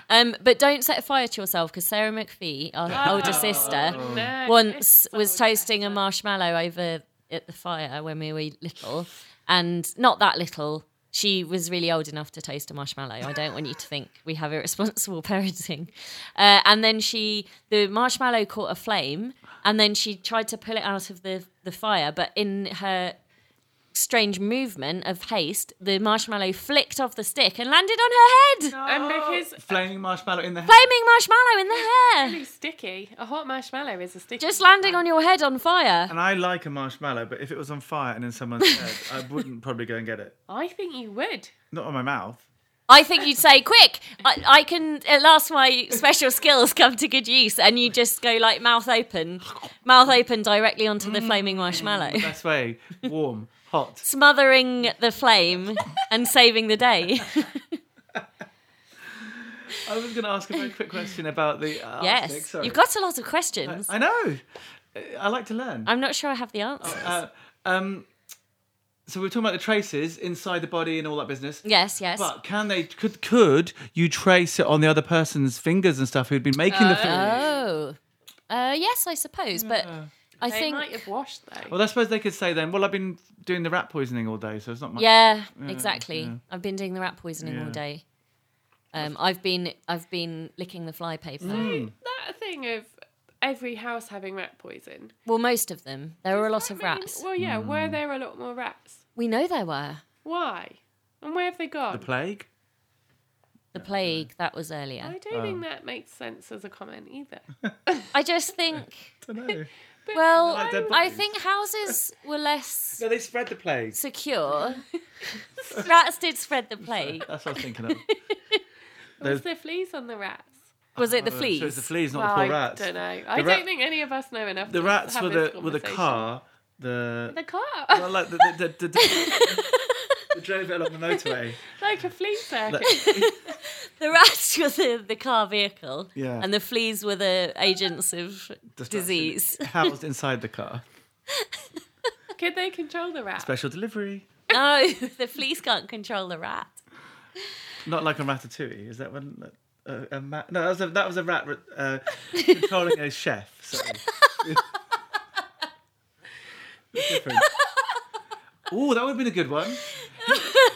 Speaker 1: Um, but don't set fire to yourself because Sarah McPhee, our older sister,
Speaker 2: Oh.
Speaker 3: No,
Speaker 1: once
Speaker 3: it's
Speaker 1: was
Speaker 3: so
Speaker 1: toasting a marshmallow over at the fire when we were little, and not that little. She was really old enough to toast a marshmallow. I don't want you to think we have irresponsible [laughs] parenting. Uh, and then she, the marshmallow caught a flame, and then she tried to pull it out of the the fire, but in her strange movement of haste, the marshmallow flicked off the stick and landed on her head.
Speaker 3: And because
Speaker 2: Flaming marshmallow in the head.
Speaker 1: Flaming marshmallow in the hair.
Speaker 3: really sticky, a hot marshmallow is a sticky.
Speaker 1: Just landing on your head on fire.
Speaker 2: And I like a marshmallow, but if it was on fire and in someone's
Speaker 1: [laughs]
Speaker 2: head, I wouldn't probably go and get it.
Speaker 3: I think you would.
Speaker 2: Not on my mouth.
Speaker 1: I think you'd say, quick, I, I can, at last my special skills come to good use. And you just go like mouth open, mouth open directly onto the flaming marshmallow,
Speaker 2: Best way, warm, hot.
Speaker 1: smothering the flame and saving the day.
Speaker 2: I was going to ask a very quick question about the. Uh, arsenic,
Speaker 1: yes.
Speaker 2: sorry.
Speaker 1: You've got a lot of questions.
Speaker 2: I know. I like to learn.
Speaker 1: I'm not sure I have the answers.
Speaker 2: Uh, um, so we're talking about the traces inside the body and all that business.
Speaker 1: yes, yes.
Speaker 2: But can they? Could could you trace it on the other person's fingers and stuff who'd been making the food?
Speaker 1: oh. Uh, yes, I suppose. But
Speaker 2: Mm.
Speaker 1: I
Speaker 3: They
Speaker 1: think.
Speaker 3: might have washed though.
Speaker 2: Well, I suppose they could say then. Well, I've been doing the rat poisoning all day, so it's not my.
Speaker 1: Yeah, exactly.
Speaker 2: yeah.
Speaker 1: I've been doing the rat poisoning all
Speaker 2: Yeah.
Speaker 1: day. Um, I've been I've been licking the fly paper.
Speaker 3: that thing of every house having rat poison.
Speaker 1: Well, most of them. There were a lot
Speaker 3: I
Speaker 1: of
Speaker 3: mean,
Speaker 1: rats.
Speaker 3: Well, yeah. Were
Speaker 2: Mm.
Speaker 3: there a lot more rats?
Speaker 1: We know there were
Speaker 3: Why? And where have they
Speaker 2: The
Speaker 3: gone?
Speaker 2: plague.
Speaker 1: the plague that was earlier.
Speaker 3: I don't
Speaker 2: Um.
Speaker 3: think that makes sense as a comment either.
Speaker 1: I just think.
Speaker 2: I don't know.
Speaker 3: But
Speaker 1: Well,
Speaker 2: Like dead
Speaker 1: I
Speaker 2: bodies.
Speaker 1: think houses were less
Speaker 2: No, they spread the plague.
Speaker 3: [laughs]
Speaker 1: secure. Rats did spread the plague.
Speaker 2: That's what I was thinking of.
Speaker 3: was there fleas on the rats?
Speaker 1: Was it the
Speaker 2: Oh, So it's
Speaker 1: fleas?
Speaker 2: the fleas, not
Speaker 3: Well,
Speaker 2: the
Speaker 3: I
Speaker 2: poor rats.
Speaker 3: don't know. I
Speaker 2: rat-
Speaker 3: don't think any of us know enough.
Speaker 2: The
Speaker 3: to
Speaker 2: rats
Speaker 3: have
Speaker 2: were
Speaker 3: this
Speaker 2: the were the
Speaker 3: conversation.
Speaker 2: car. The,
Speaker 3: The [laughs] car,
Speaker 2: well, like the, the, the, the, they drove it along the motorway.
Speaker 3: like a
Speaker 2: [laughs]
Speaker 3: flea circuit.
Speaker 1: The rats were the, the car vehicle,
Speaker 2: Yeah.
Speaker 1: and the fleas were the agents of
Speaker 2: Destruction [laughs]
Speaker 1: disease.
Speaker 2: housed inside the car.
Speaker 3: Could they control the rat?
Speaker 2: Special delivery.
Speaker 1: No, the fleas can't control the rat.
Speaker 2: Not like a ratatouille. Is that one? Uh, a ma- no, that was a, that was a rat uh, controlling a chef.
Speaker 1: [laughs]
Speaker 2: Sorry. Oh, that would have been a good one.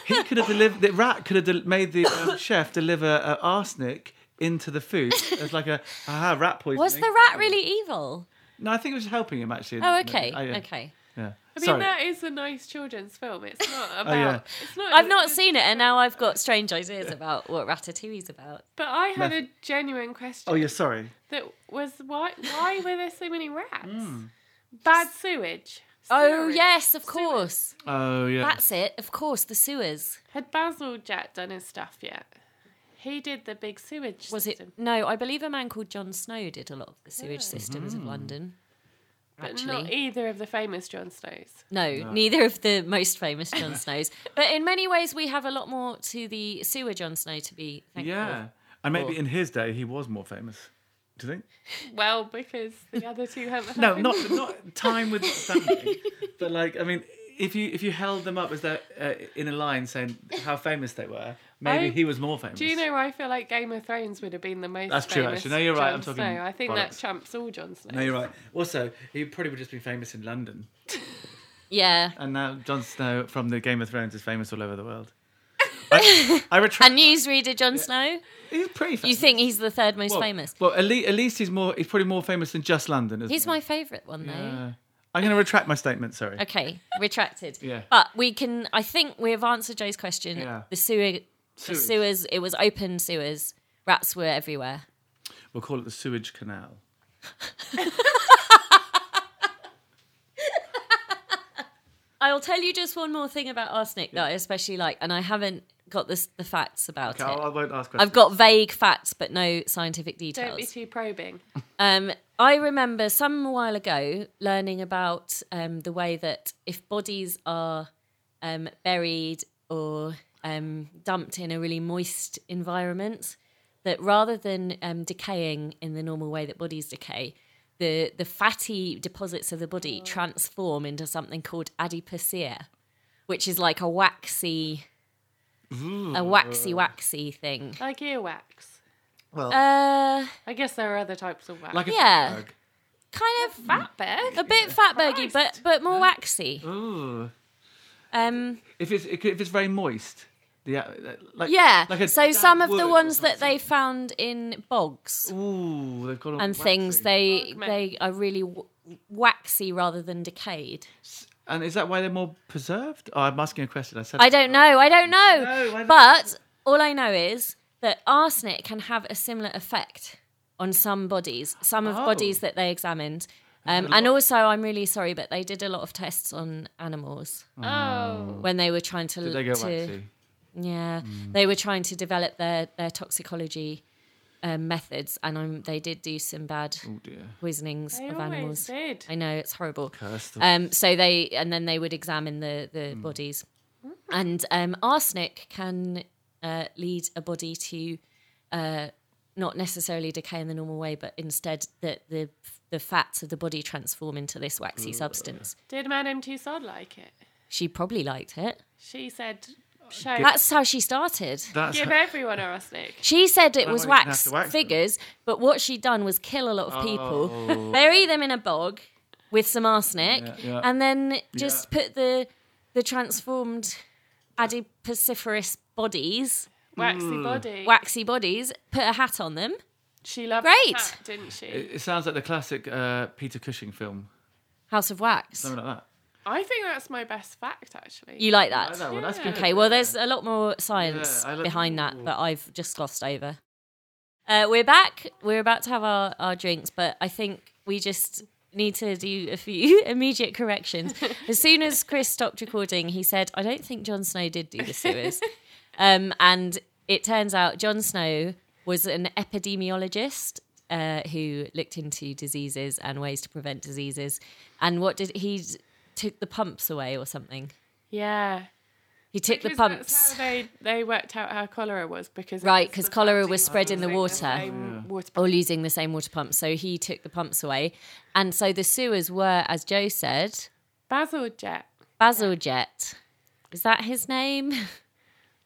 Speaker 2: He could have delivered. The rat could have del- made the um, chef deliver uh, arsenic into the food as like a aha rat poisoning.
Speaker 1: Was the rat really evil?
Speaker 2: No, I think it was helping him actually.
Speaker 1: Oh, okay,
Speaker 2: I, yeah,
Speaker 1: okay.
Speaker 2: Yeah.
Speaker 3: I mean,
Speaker 2: Sorry.
Speaker 3: that is a nice children's film. It's
Speaker 2: [laughs]
Speaker 3: not
Speaker 2: Oh,
Speaker 3: about.
Speaker 2: yeah.
Speaker 3: It's not.
Speaker 1: I've not seen it, and now I've got strange ideas about what Ratatouille's about.
Speaker 3: But I had a genuine question.
Speaker 2: Oh, you're sorry.
Speaker 3: That was why? Why were there so many rats?
Speaker 2: Hmm.
Speaker 3: Bad sewage.
Speaker 1: Oh
Speaker 3: Sewage.
Speaker 1: yes, of course.
Speaker 2: Oh yeah.
Speaker 1: That's it. Of course, the sewers.
Speaker 3: Had Basil Jet done his stuff yet? He did the big sewage.
Speaker 1: Was it?
Speaker 3: system, Oh.
Speaker 1: No, I believe a man called John Snow did a lot of the sewage systems
Speaker 2: Hmm.
Speaker 1: of London.
Speaker 3: But not e-
Speaker 1: Actually,
Speaker 3: either of the famous John Snows.
Speaker 1: no, neither of the most famous John Snows. But in many ways, we have a lot more to the sewer John Snow to be thankful.
Speaker 2: Yeah. And maybe in his day he was more famous. Do you think?
Speaker 3: Well, because
Speaker 1: [laughs]
Speaker 3: the other two haven't.
Speaker 2: No,
Speaker 3: happened.
Speaker 2: not not time with Stanley, but like I mean, if you if you held them up as that uh, in a line saying how famous they were, maybe
Speaker 3: I-
Speaker 2: he was more famous.
Speaker 3: Do you know where I feel like Game of Thrones would have been the most?
Speaker 2: That's true,
Speaker 3: famous
Speaker 2: actually. No, you're right,
Speaker 3: Jon
Speaker 2: I'm talking
Speaker 3: Snow. I think that
Speaker 2: bollocks.
Speaker 3: trumps all Jon Snow.
Speaker 2: No, you're right. Also, he probably would just be famous in London,
Speaker 1: Yeah.
Speaker 2: and now Jon Snow from the Game of Thrones is famous all over the world. I,
Speaker 1: [laughs]
Speaker 2: I
Speaker 1: A
Speaker 2: retract.
Speaker 1: newsreader, Jon Snow.
Speaker 2: He's pretty famous.
Speaker 1: You think he's the third most
Speaker 2: well,
Speaker 1: famous?
Speaker 2: Well, at least, at least he's more. He's probably more famous than just London. Isn't
Speaker 1: He's
Speaker 2: he?
Speaker 1: my favourite one though.
Speaker 2: Yeah. I'm going to retract my statement. Sorry.
Speaker 1: Okay, Ah. retracted.
Speaker 2: Yeah.
Speaker 1: But we can. I think we have answered Joe's question.
Speaker 2: Yeah.
Speaker 1: The sewer, the
Speaker 2: Sewers.
Speaker 1: sewers. It was open sewers. Rats were everywhere.
Speaker 2: We'll call it the sewage canal.
Speaker 1: I will tell you just one more thing about arsenic that I especially like, and I haven't got this, the facts about
Speaker 2: Okay, I,
Speaker 1: it.
Speaker 2: I won't ask questions.
Speaker 1: I've got vague facts, but no scientific details.
Speaker 3: Don't be too probing.
Speaker 1: Um, I remember some while ago learning about um, the way that if bodies are um, buried or um, dumped in a really moist environment, that rather than um, decaying in the normal way that bodies decay, the, the fatty deposits of the body transform into something called adipocere, which is like a waxy, a waxy, waxy thing.
Speaker 3: Like earwax.
Speaker 2: Well,
Speaker 1: Uh,
Speaker 3: I guess there are other types of wax.
Speaker 2: like a
Speaker 1: yeah.
Speaker 2: fag.
Speaker 1: kind of
Speaker 3: fatberg.
Speaker 1: a bit fatbergy, but
Speaker 3: Christ.
Speaker 1: but more waxy.
Speaker 2: Ooh.
Speaker 1: Um,
Speaker 2: If it's if it's very moist, the uh, like
Speaker 1: yeah.
Speaker 2: Like a
Speaker 1: so some of
Speaker 2: damp
Speaker 1: the
Speaker 2: wood or
Speaker 1: ones that they found in bogs
Speaker 2: Ooh, they've got all
Speaker 1: and
Speaker 2: waxy.
Speaker 1: things, they
Speaker 3: Bog men.
Speaker 1: they are really w- waxy rather than decayed.
Speaker 2: And is that why they're more preserved? Oh, I'm asking a question. I said
Speaker 1: I don't know. I don't know.
Speaker 2: No, why not?
Speaker 1: but all I know is that arsenic can have a similar effect on some bodies, some of
Speaker 2: Oh.
Speaker 1: bodies that they examined. Um,
Speaker 2: a
Speaker 1: and
Speaker 2: lot.
Speaker 1: also, I'm really sorry, but they did a lot of tests on animals
Speaker 3: Oh.
Speaker 1: when they were trying to.
Speaker 2: Hmm. Did they go
Speaker 1: to-
Speaker 2: waxy?
Speaker 1: Yeah, they were trying to develop their their toxicology um, methods, and um, they did do some bad
Speaker 2: Oh dear.
Speaker 1: poisonings
Speaker 3: They
Speaker 1: of
Speaker 3: always
Speaker 1: animals.
Speaker 3: did.
Speaker 1: I know it's horrible.
Speaker 2: Curse the-
Speaker 1: Um, so they and then they would examine the the bodies,
Speaker 3: Mm.
Speaker 1: and um, arsenic can uh, lead a body to uh, not necessarily decay in the normal way, but instead that the the fats of the body transform into this waxy substance.
Speaker 3: Did Madame Tussaud like it?
Speaker 1: She probably liked it.
Speaker 3: She said, show,
Speaker 1: That's how she started.
Speaker 2: That's [laughs]
Speaker 3: give everyone arsenic.
Speaker 1: She said it
Speaker 2: Well,
Speaker 1: was
Speaker 2: you didn't have
Speaker 1: wax
Speaker 2: to wax them.
Speaker 1: figures, but what she'd done was kill a lot of people, bury them in a bog with some arsenic,
Speaker 2: Oh. Yeah, yeah.
Speaker 1: and then just put the the transformed adipociferous bodies,
Speaker 3: Waxy
Speaker 1: Hmm.
Speaker 3: body.
Speaker 1: waxy bodies, put a hat on them.
Speaker 3: She loved
Speaker 1: Great.
Speaker 3: the cat, didn't she?
Speaker 2: It, it sounds like the classic uh, Peter Cushing film,
Speaker 1: House of Wax.
Speaker 2: something like that.
Speaker 3: I think that's my best fact, actually.
Speaker 1: You like that?
Speaker 2: I like that one. That's
Speaker 3: Yeah.
Speaker 2: good.
Speaker 1: Okay, well, there's a lot more science
Speaker 2: Yeah, I like-
Speaker 1: behind that
Speaker 2: Ooh.
Speaker 1: that I've just glossed over. Uh, we're back. We're about to have our, our drinks, but I think we just need to do a few [laughs] immediate corrections.
Speaker 2: [laughs]
Speaker 1: As soon as Chris stopped recording, he said, I don't think Jon Snow did do the
Speaker 2: [laughs]
Speaker 1: sewers. um, and it turns out Jon Snow was an epidemiologist. Uh, who looked into diseases and ways to prevent diseases, and what did he took the pumps away or something?
Speaker 3: Yeah.
Speaker 1: He took the
Speaker 3: Because
Speaker 1: pumps.
Speaker 3: That's how they, they worked out how cholera was because it
Speaker 1: Right,
Speaker 3: was
Speaker 1: 'cause
Speaker 3: the
Speaker 1: cholera
Speaker 3: fact
Speaker 1: was
Speaker 3: it
Speaker 1: spread in the
Speaker 3: using
Speaker 1: water.
Speaker 3: same water
Speaker 1: or losing the same water pump. So he took the pumps away. And so the sewers were, as Joe said,
Speaker 3: Basil jet.
Speaker 1: Basil Jet. Is that his name?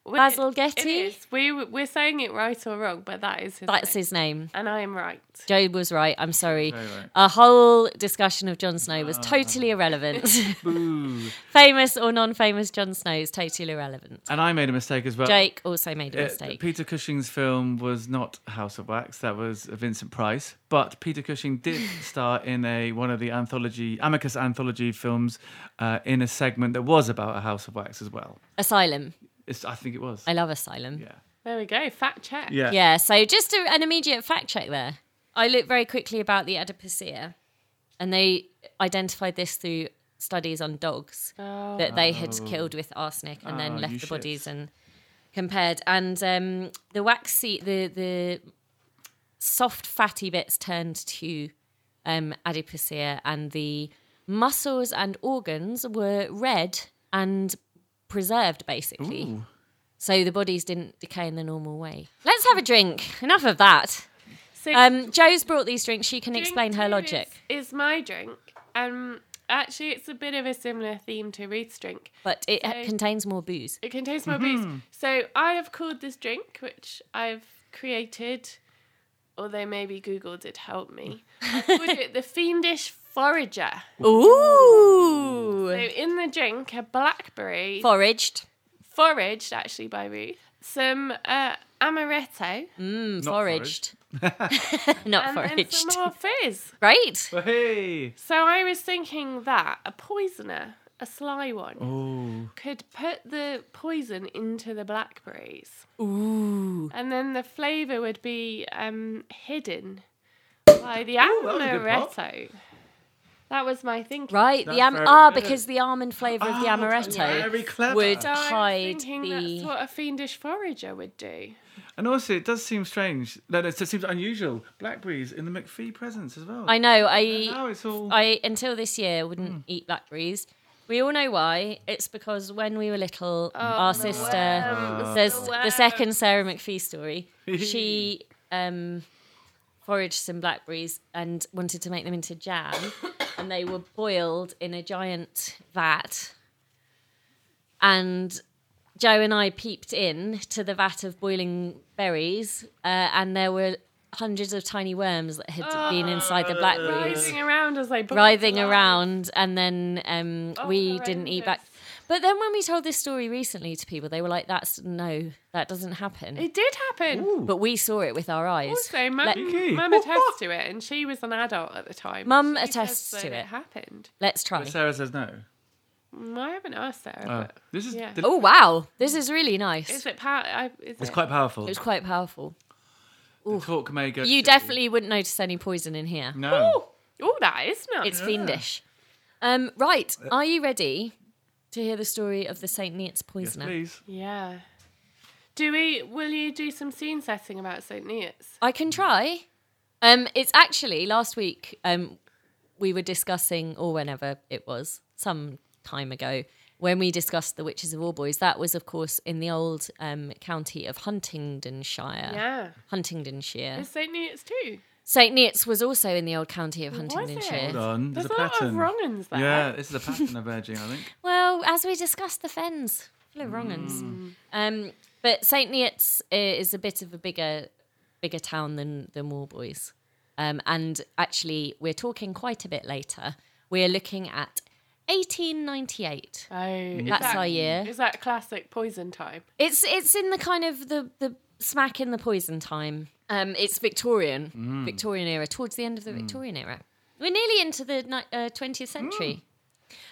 Speaker 3: We-
Speaker 1: Basil
Speaker 3: It
Speaker 1: Getty?
Speaker 3: is. We we're saying it right or wrong, but that is
Speaker 1: [laughs]
Speaker 3: his.
Speaker 1: That's
Speaker 3: name.
Speaker 1: his name.
Speaker 3: And I am right.
Speaker 1: Joe was right. I'm sorry.
Speaker 2: Very right. Ah.
Speaker 1: Our whole discussion of Jon Snow was totally irrelevant. [laughs]
Speaker 2: Boo.
Speaker 1: famous or non famous Jon Snow is totally irrelevant.
Speaker 2: And I made a mistake as well.
Speaker 1: Jake also made a
Speaker 2: Uh,
Speaker 1: mistake.
Speaker 2: Peter Cushing's film was not House of Wax. That was Vincent Price. But Peter Cushing
Speaker 1: [laughs]
Speaker 2: did star in a one of the anthology Amicus anthology films uh, in a segment that was about a House of Wax as well.
Speaker 1: Asylum.
Speaker 2: It's, I think it was.
Speaker 1: I love Asylum.
Speaker 2: yeah.
Speaker 3: There we go. Fact check.
Speaker 2: Yeah.
Speaker 1: Yeah, so just a, an immediate fact check there. I looked very quickly about the adipocere, and they identified this through studies on dogs
Speaker 3: Oh,
Speaker 1: that they had killed with arsenic and
Speaker 2: Oh,
Speaker 1: then left
Speaker 2: you
Speaker 1: the
Speaker 2: shits.
Speaker 1: bodies and compared. And um, the waxy, the the soft fatty bits turned to um, adipocere, and the muscles and organs were red and preserved basically
Speaker 2: Ooh.
Speaker 1: so the bodies didn't decay in the normal way. Let's have a drink. Enough of that.
Speaker 3: So
Speaker 1: Um, Joe's brought these drinks. She can
Speaker 3: drink
Speaker 1: explain her
Speaker 3: two
Speaker 1: logic,
Speaker 3: Is, is my drink. Um, actually, it's a bit of a similar theme to Ruth's drink.
Speaker 1: but it
Speaker 3: so-
Speaker 1: contains more booze.
Speaker 3: It contains my booze. So I have called this drink, which I've created, although maybe Google did help me. I called it the Fiendish Forager.
Speaker 1: Ooh,
Speaker 3: So in the drink, a blackberry
Speaker 1: foraged
Speaker 3: foraged actually by Ruth some uh, amaretto
Speaker 1: Mm,
Speaker 2: Not
Speaker 1: foraged. [laughs] Not
Speaker 3: and then
Speaker 1: foraged.
Speaker 3: some more fizz.
Speaker 1: Right?
Speaker 2: [laughs] Well, hey.
Speaker 3: So I was thinking that a poisoner, a sly one,
Speaker 2: Oh.
Speaker 3: could put the poison into the blackberries,
Speaker 1: Ooh.
Speaker 3: and then the flavour would be um, hidden by the
Speaker 2: was a good pop.
Speaker 3: amaretto. That was my thinking.
Speaker 1: Right,
Speaker 2: That's
Speaker 1: the am-
Speaker 2: very
Speaker 1: ah,
Speaker 2: good.
Speaker 1: because the almond flavour of the
Speaker 2: Ah, that's
Speaker 1: amaretto
Speaker 2: very clever.
Speaker 1: would
Speaker 2: So
Speaker 3: So I
Speaker 1: hide
Speaker 3: was thinking that's
Speaker 1: the.
Speaker 3: what a fiendish forager would do.
Speaker 2: And also, it does seem strange. No, no, it seems unusual. Blackberries in the McPhee presence as well.
Speaker 1: I know.
Speaker 2: And
Speaker 1: I
Speaker 2: now it's all.
Speaker 1: I until this year wouldn't eat blackberries. We all know why. It's because when we were little, our sister
Speaker 3: Um,
Speaker 1: there's
Speaker 3: so,
Speaker 1: the
Speaker 3: uh,
Speaker 1: second Sarah McPhee story. she um, foraged some blackberries and wanted to make them into jam, [coughs] and they were boiled in a giant vat. And Joe and I peeped in to the vat of boiling berries, uh, and there were hundreds of tiny worms that had been inside the blackberries
Speaker 3: writhing around as they boil
Speaker 1: writhing
Speaker 3: alive.
Speaker 1: around and then um, we didn't eat back
Speaker 3: Oh, horrendous.
Speaker 1: but then when we told this story recently to people they were like that's no that doesn't happen
Speaker 3: It did happen.
Speaker 1: but we saw it with our eyes
Speaker 3: Also, mum,
Speaker 1: Let-
Speaker 2: Vicky.
Speaker 1: [laughs]
Speaker 3: mum attests to it, and she was an adult at the time.
Speaker 1: Mum
Speaker 3: She
Speaker 1: attests
Speaker 3: says
Speaker 1: to
Speaker 3: that
Speaker 1: it.
Speaker 3: It happened.
Speaker 1: let's try
Speaker 2: But Sarah says no.
Speaker 3: Mm, I haven't asked Sarah.
Speaker 2: Oh,
Speaker 3: but
Speaker 2: this is.
Speaker 3: yeah.
Speaker 2: del-
Speaker 1: oh wow this is really nice
Speaker 3: is it power? I, is
Speaker 2: It's
Speaker 3: it?
Speaker 2: quite powerful.
Speaker 1: it was quite powerful
Speaker 2: The talk may go.
Speaker 1: you definitely wouldn't notice any poison in here
Speaker 2: No.
Speaker 3: Oh, oh, that is not.
Speaker 1: it's fiendish um, right are you ready to hear the story of the saint neots
Speaker 2: Yes,
Speaker 1: poisoner
Speaker 2: please.
Speaker 3: yeah. Do we? Will you do some scene setting about Saint Neots?
Speaker 1: I can try. Um, it's actually last week. Um, we were discussing, or whenever it was, some time ago, when we discussed the witches of Allboys. That was, of course, in the old um, county of Huntingdonshire.
Speaker 3: Yeah.
Speaker 1: Huntingdonshire.
Speaker 3: Is Saint Neots too?
Speaker 1: St Neots was also in the old county of
Speaker 3: Was it?
Speaker 2: Hold
Speaker 1: Huntingdonshire.
Speaker 2: on.
Speaker 3: There's
Speaker 2: There's,
Speaker 3: a lot of
Speaker 2: pattern.
Speaker 3: wrong uns there.
Speaker 2: yeah, this is a pattern emerging, I
Speaker 3: [laughs]
Speaker 2: think.
Speaker 1: Well, as we discussed, the fens, full of wrong uns. Um, but St Neots i- is a bit of a bigger, bigger town than than Warboys. Um, and actually, we're talking quite a bit later. We're looking at 1898.
Speaker 3: Oh, is
Speaker 1: That's
Speaker 3: that-
Speaker 1: our year.
Speaker 3: Is that classic poison time?
Speaker 1: It's it's in the kind of the the smack in the poison time. Um, it's Victorian, Victorian era, towards the end of the Victorian era. We're nearly into the ni- uh, 20th century.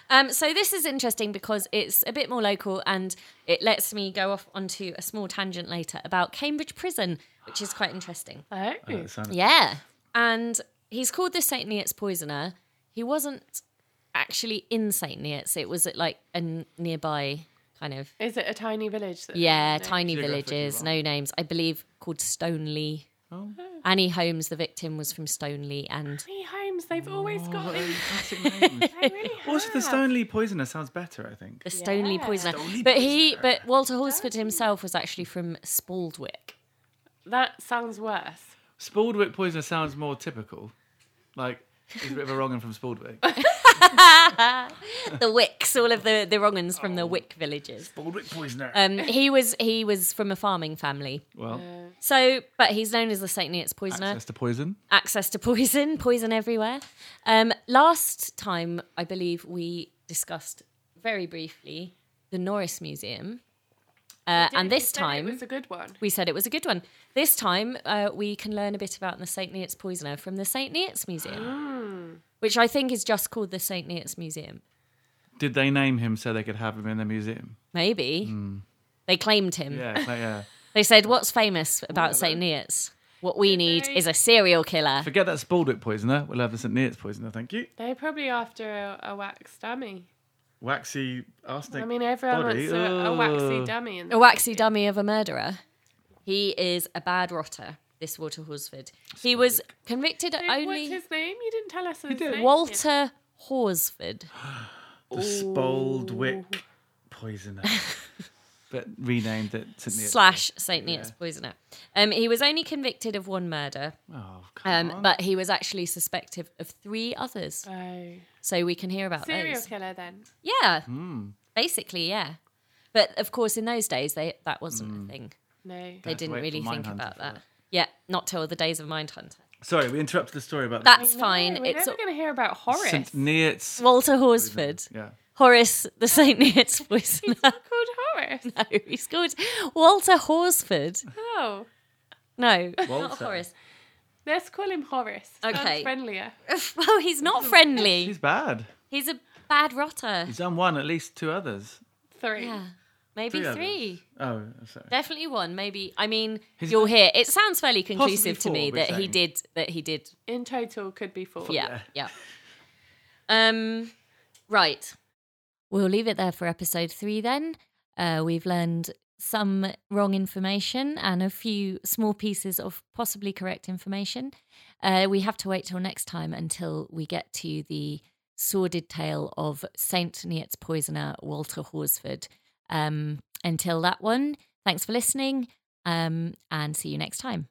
Speaker 1: Um, so this is interesting because it's a bit more local and it lets me go off onto a small tangent later about Cambridge Prison, which is quite interesting.
Speaker 3: Oh,
Speaker 2: Uh, it sounded-
Speaker 1: Yeah. And he's called the St. Neots Poisoner. He wasn't actually in St. Neots. It was at like a n- nearby kind of
Speaker 3: is it a tiny village? That
Speaker 1: yeah,
Speaker 3: no.
Speaker 1: tiny
Speaker 2: Geographically
Speaker 1: villages,
Speaker 2: wrong.
Speaker 1: no names. I believe called Stoneleigh.
Speaker 2: Oh.
Speaker 1: Annie Holmes, the victim, was from Stoneleigh, and
Speaker 3: Tiny homes. They've always got
Speaker 2: What a [laughs]
Speaker 3: these.
Speaker 2: classic
Speaker 3: [laughs]
Speaker 2: name.
Speaker 3: They really
Speaker 2: also, the
Speaker 3: have.
Speaker 2: Stoneleigh Poisoner sounds better, I think.
Speaker 1: the Stoneleigh
Speaker 3: Yeah.
Speaker 1: poisoner.
Speaker 2: Stoneleigh
Speaker 1: but he,
Speaker 2: poisoner.
Speaker 1: but Walter Horsford himself was actually from Spaldwick. [laughs]
Speaker 3: That sounds worse.
Speaker 2: Spaldwick Poisoner sounds more typical. Like, he's a bit of a wrong one from
Speaker 3: [laughs]
Speaker 2: Spaldwick.
Speaker 1: The Wicks, all of the the wrong uns from
Speaker 2: Oh.
Speaker 1: the Wick villages.
Speaker 2: Spaldwick Poisoner.
Speaker 3: Uh,
Speaker 1: Um, he was he was from a farming family.
Speaker 2: well,
Speaker 1: So, but he's known as the Saint Neots poisoner.
Speaker 2: access to poison.
Speaker 1: access to poison, [laughs] poison everywhere. Um, last time, I believe we discussed very briefly the Norris Museum. Uh, and
Speaker 3: You
Speaker 1: this
Speaker 3: said
Speaker 1: time,
Speaker 3: it was a good one.
Speaker 1: we said it was a good one. This time, uh, we can learn a bit about the St. Neots Poisoner from the St. Neots Museum,
Speaker 3: Ah.
Speaker 1: which I think is just called the St. Neots Museum.
Speaker 2: Did they name him so they could have him in their museum?
Speaker 1: Maybe. They claimed him.
Speaker 2: Yeah, it's like,
Speaker 3: [laughs]
Speaker 2: yeah.
Speaker 1: They said, What's famous about St. Neots? What we need
Speaker 3: they-
Speaker 1: is a serial killer.
Speaker 2: Forget that Spaldwick Poisoner. We'll have the St. Neots Poisoner, thank you.
Speaker 3: They're probably after a, a wax dummy.
Speaker 2: Waxy arsenic.
Speaker 3: I mean, everyone
Speaker 2: body.
Speaker 3: wants a, a waxy
Speaker 2: Ugh.
Speaker 3: dummy. In
Speaker 1: a waxy dummy of a murderer. He is a bad rotter, this Walter Horsford. He was convicted at
Speaker 3: What's
Speaker 1: only
Speaker 3: his name? You didn't tell us his name.
Speaker 1: Walter Horsford.
Speaker 2: the Spaldwick
Speaker 3: [laughs]
Speaker 2: Poisoner. but renamed it St. Neots.
Speaker 1: Slash Saint Neots poisoner. Um, he was only convicted of one murder,
Speaker 2: oh, come
Speaker 1: um,
Speaker 2: on.
Speaker 1: but he was actually suspected of three others.
Speaker 3: Oh.
Speaker 1: So we can hear about
Speaker 3: Serial
Speaker 1: those.
Speaker 3: killer then.
Speaker 1: Yeah,
Speaker 2: Hmm.
Speaker 1: basically, yeah. But of course, in those days, they that wasn't a thing.
Speaker 3: No.
Speaker 1: They
Speaker 2: have Hmm. to
Speaker 1: didn't
Speaker 2: wait
Speaker 1: really
Speaker 2: for
Speaker 1: think
Speaker 2: Mindhunter
Speaker 1: about
Speaker 2: for
Speaker 1: that.
Speaker 2: that.
Speaker 1: Yeah, not till the days of Mindhunter.
Speaker 2: Sorry, we interrupted the story about
Speaker 1: That's
Speaker 3: No,
Speaker 1: fine.
Speaker 3: We're
Speaker 1: It's
Speaker 3: never going to hear about Horace.
Speaker 2: St. Neots.
Speaker 1: Walter Horsford.
Speaker 2: Yeah.
Speaker 1: Horace the St. Neots
Speaker 3: He's
Speaker 1: poisoner.
Speaker 3: not called Horace. Harris.
Speaker 1: [laughs] No, he's called Walter Horsford.
Speaker 3: Oh,
Speaker 1: No, not
Speaker 2: Walter.
Speaker 1: Horace. [laughs]
Speaker 3: let's call him Horace. Sounds
Speaker 1: Okay.
Speaker 3: friendlier.
Speaker 1: well, he's not friendly.
Speaker 2: He's bad.
Speaker 1: He's a bad rotter.
Speaker 2: He's done one, at least two others.
Speaker 3: Three.
Speaker 1: Yeah, maybe
Speaker 2: Three
Speaker 1: three.
Speaker 2: others. Oh, sorry.
Speaker 1: Definitely one. Maybe. I mean,
Speaker 2: He's-
Speaker 1: you'll hear. It sounds fairly
Speaker 2: Possibly
Speaker 1: conclusive to
Speaker 2: four,
Speaker 1: me
Speaker 2: we're
Speaker 1: that he
Speaker 2: saying.
Speaker 1: did. That he did.
Speaker 3: In total, could be four.
Speaker 1: Yeah, yeah. Um, right. We'll leave it there for episode three. Then uh, we've learned some wrong information and a few small pieces of possibly correct information. Uh, we have to wait till next time until we get to the sordid tale of Saint Neot's poisoner Walter Horsford. Um, until that one, thanks for listening, um, and see you next time.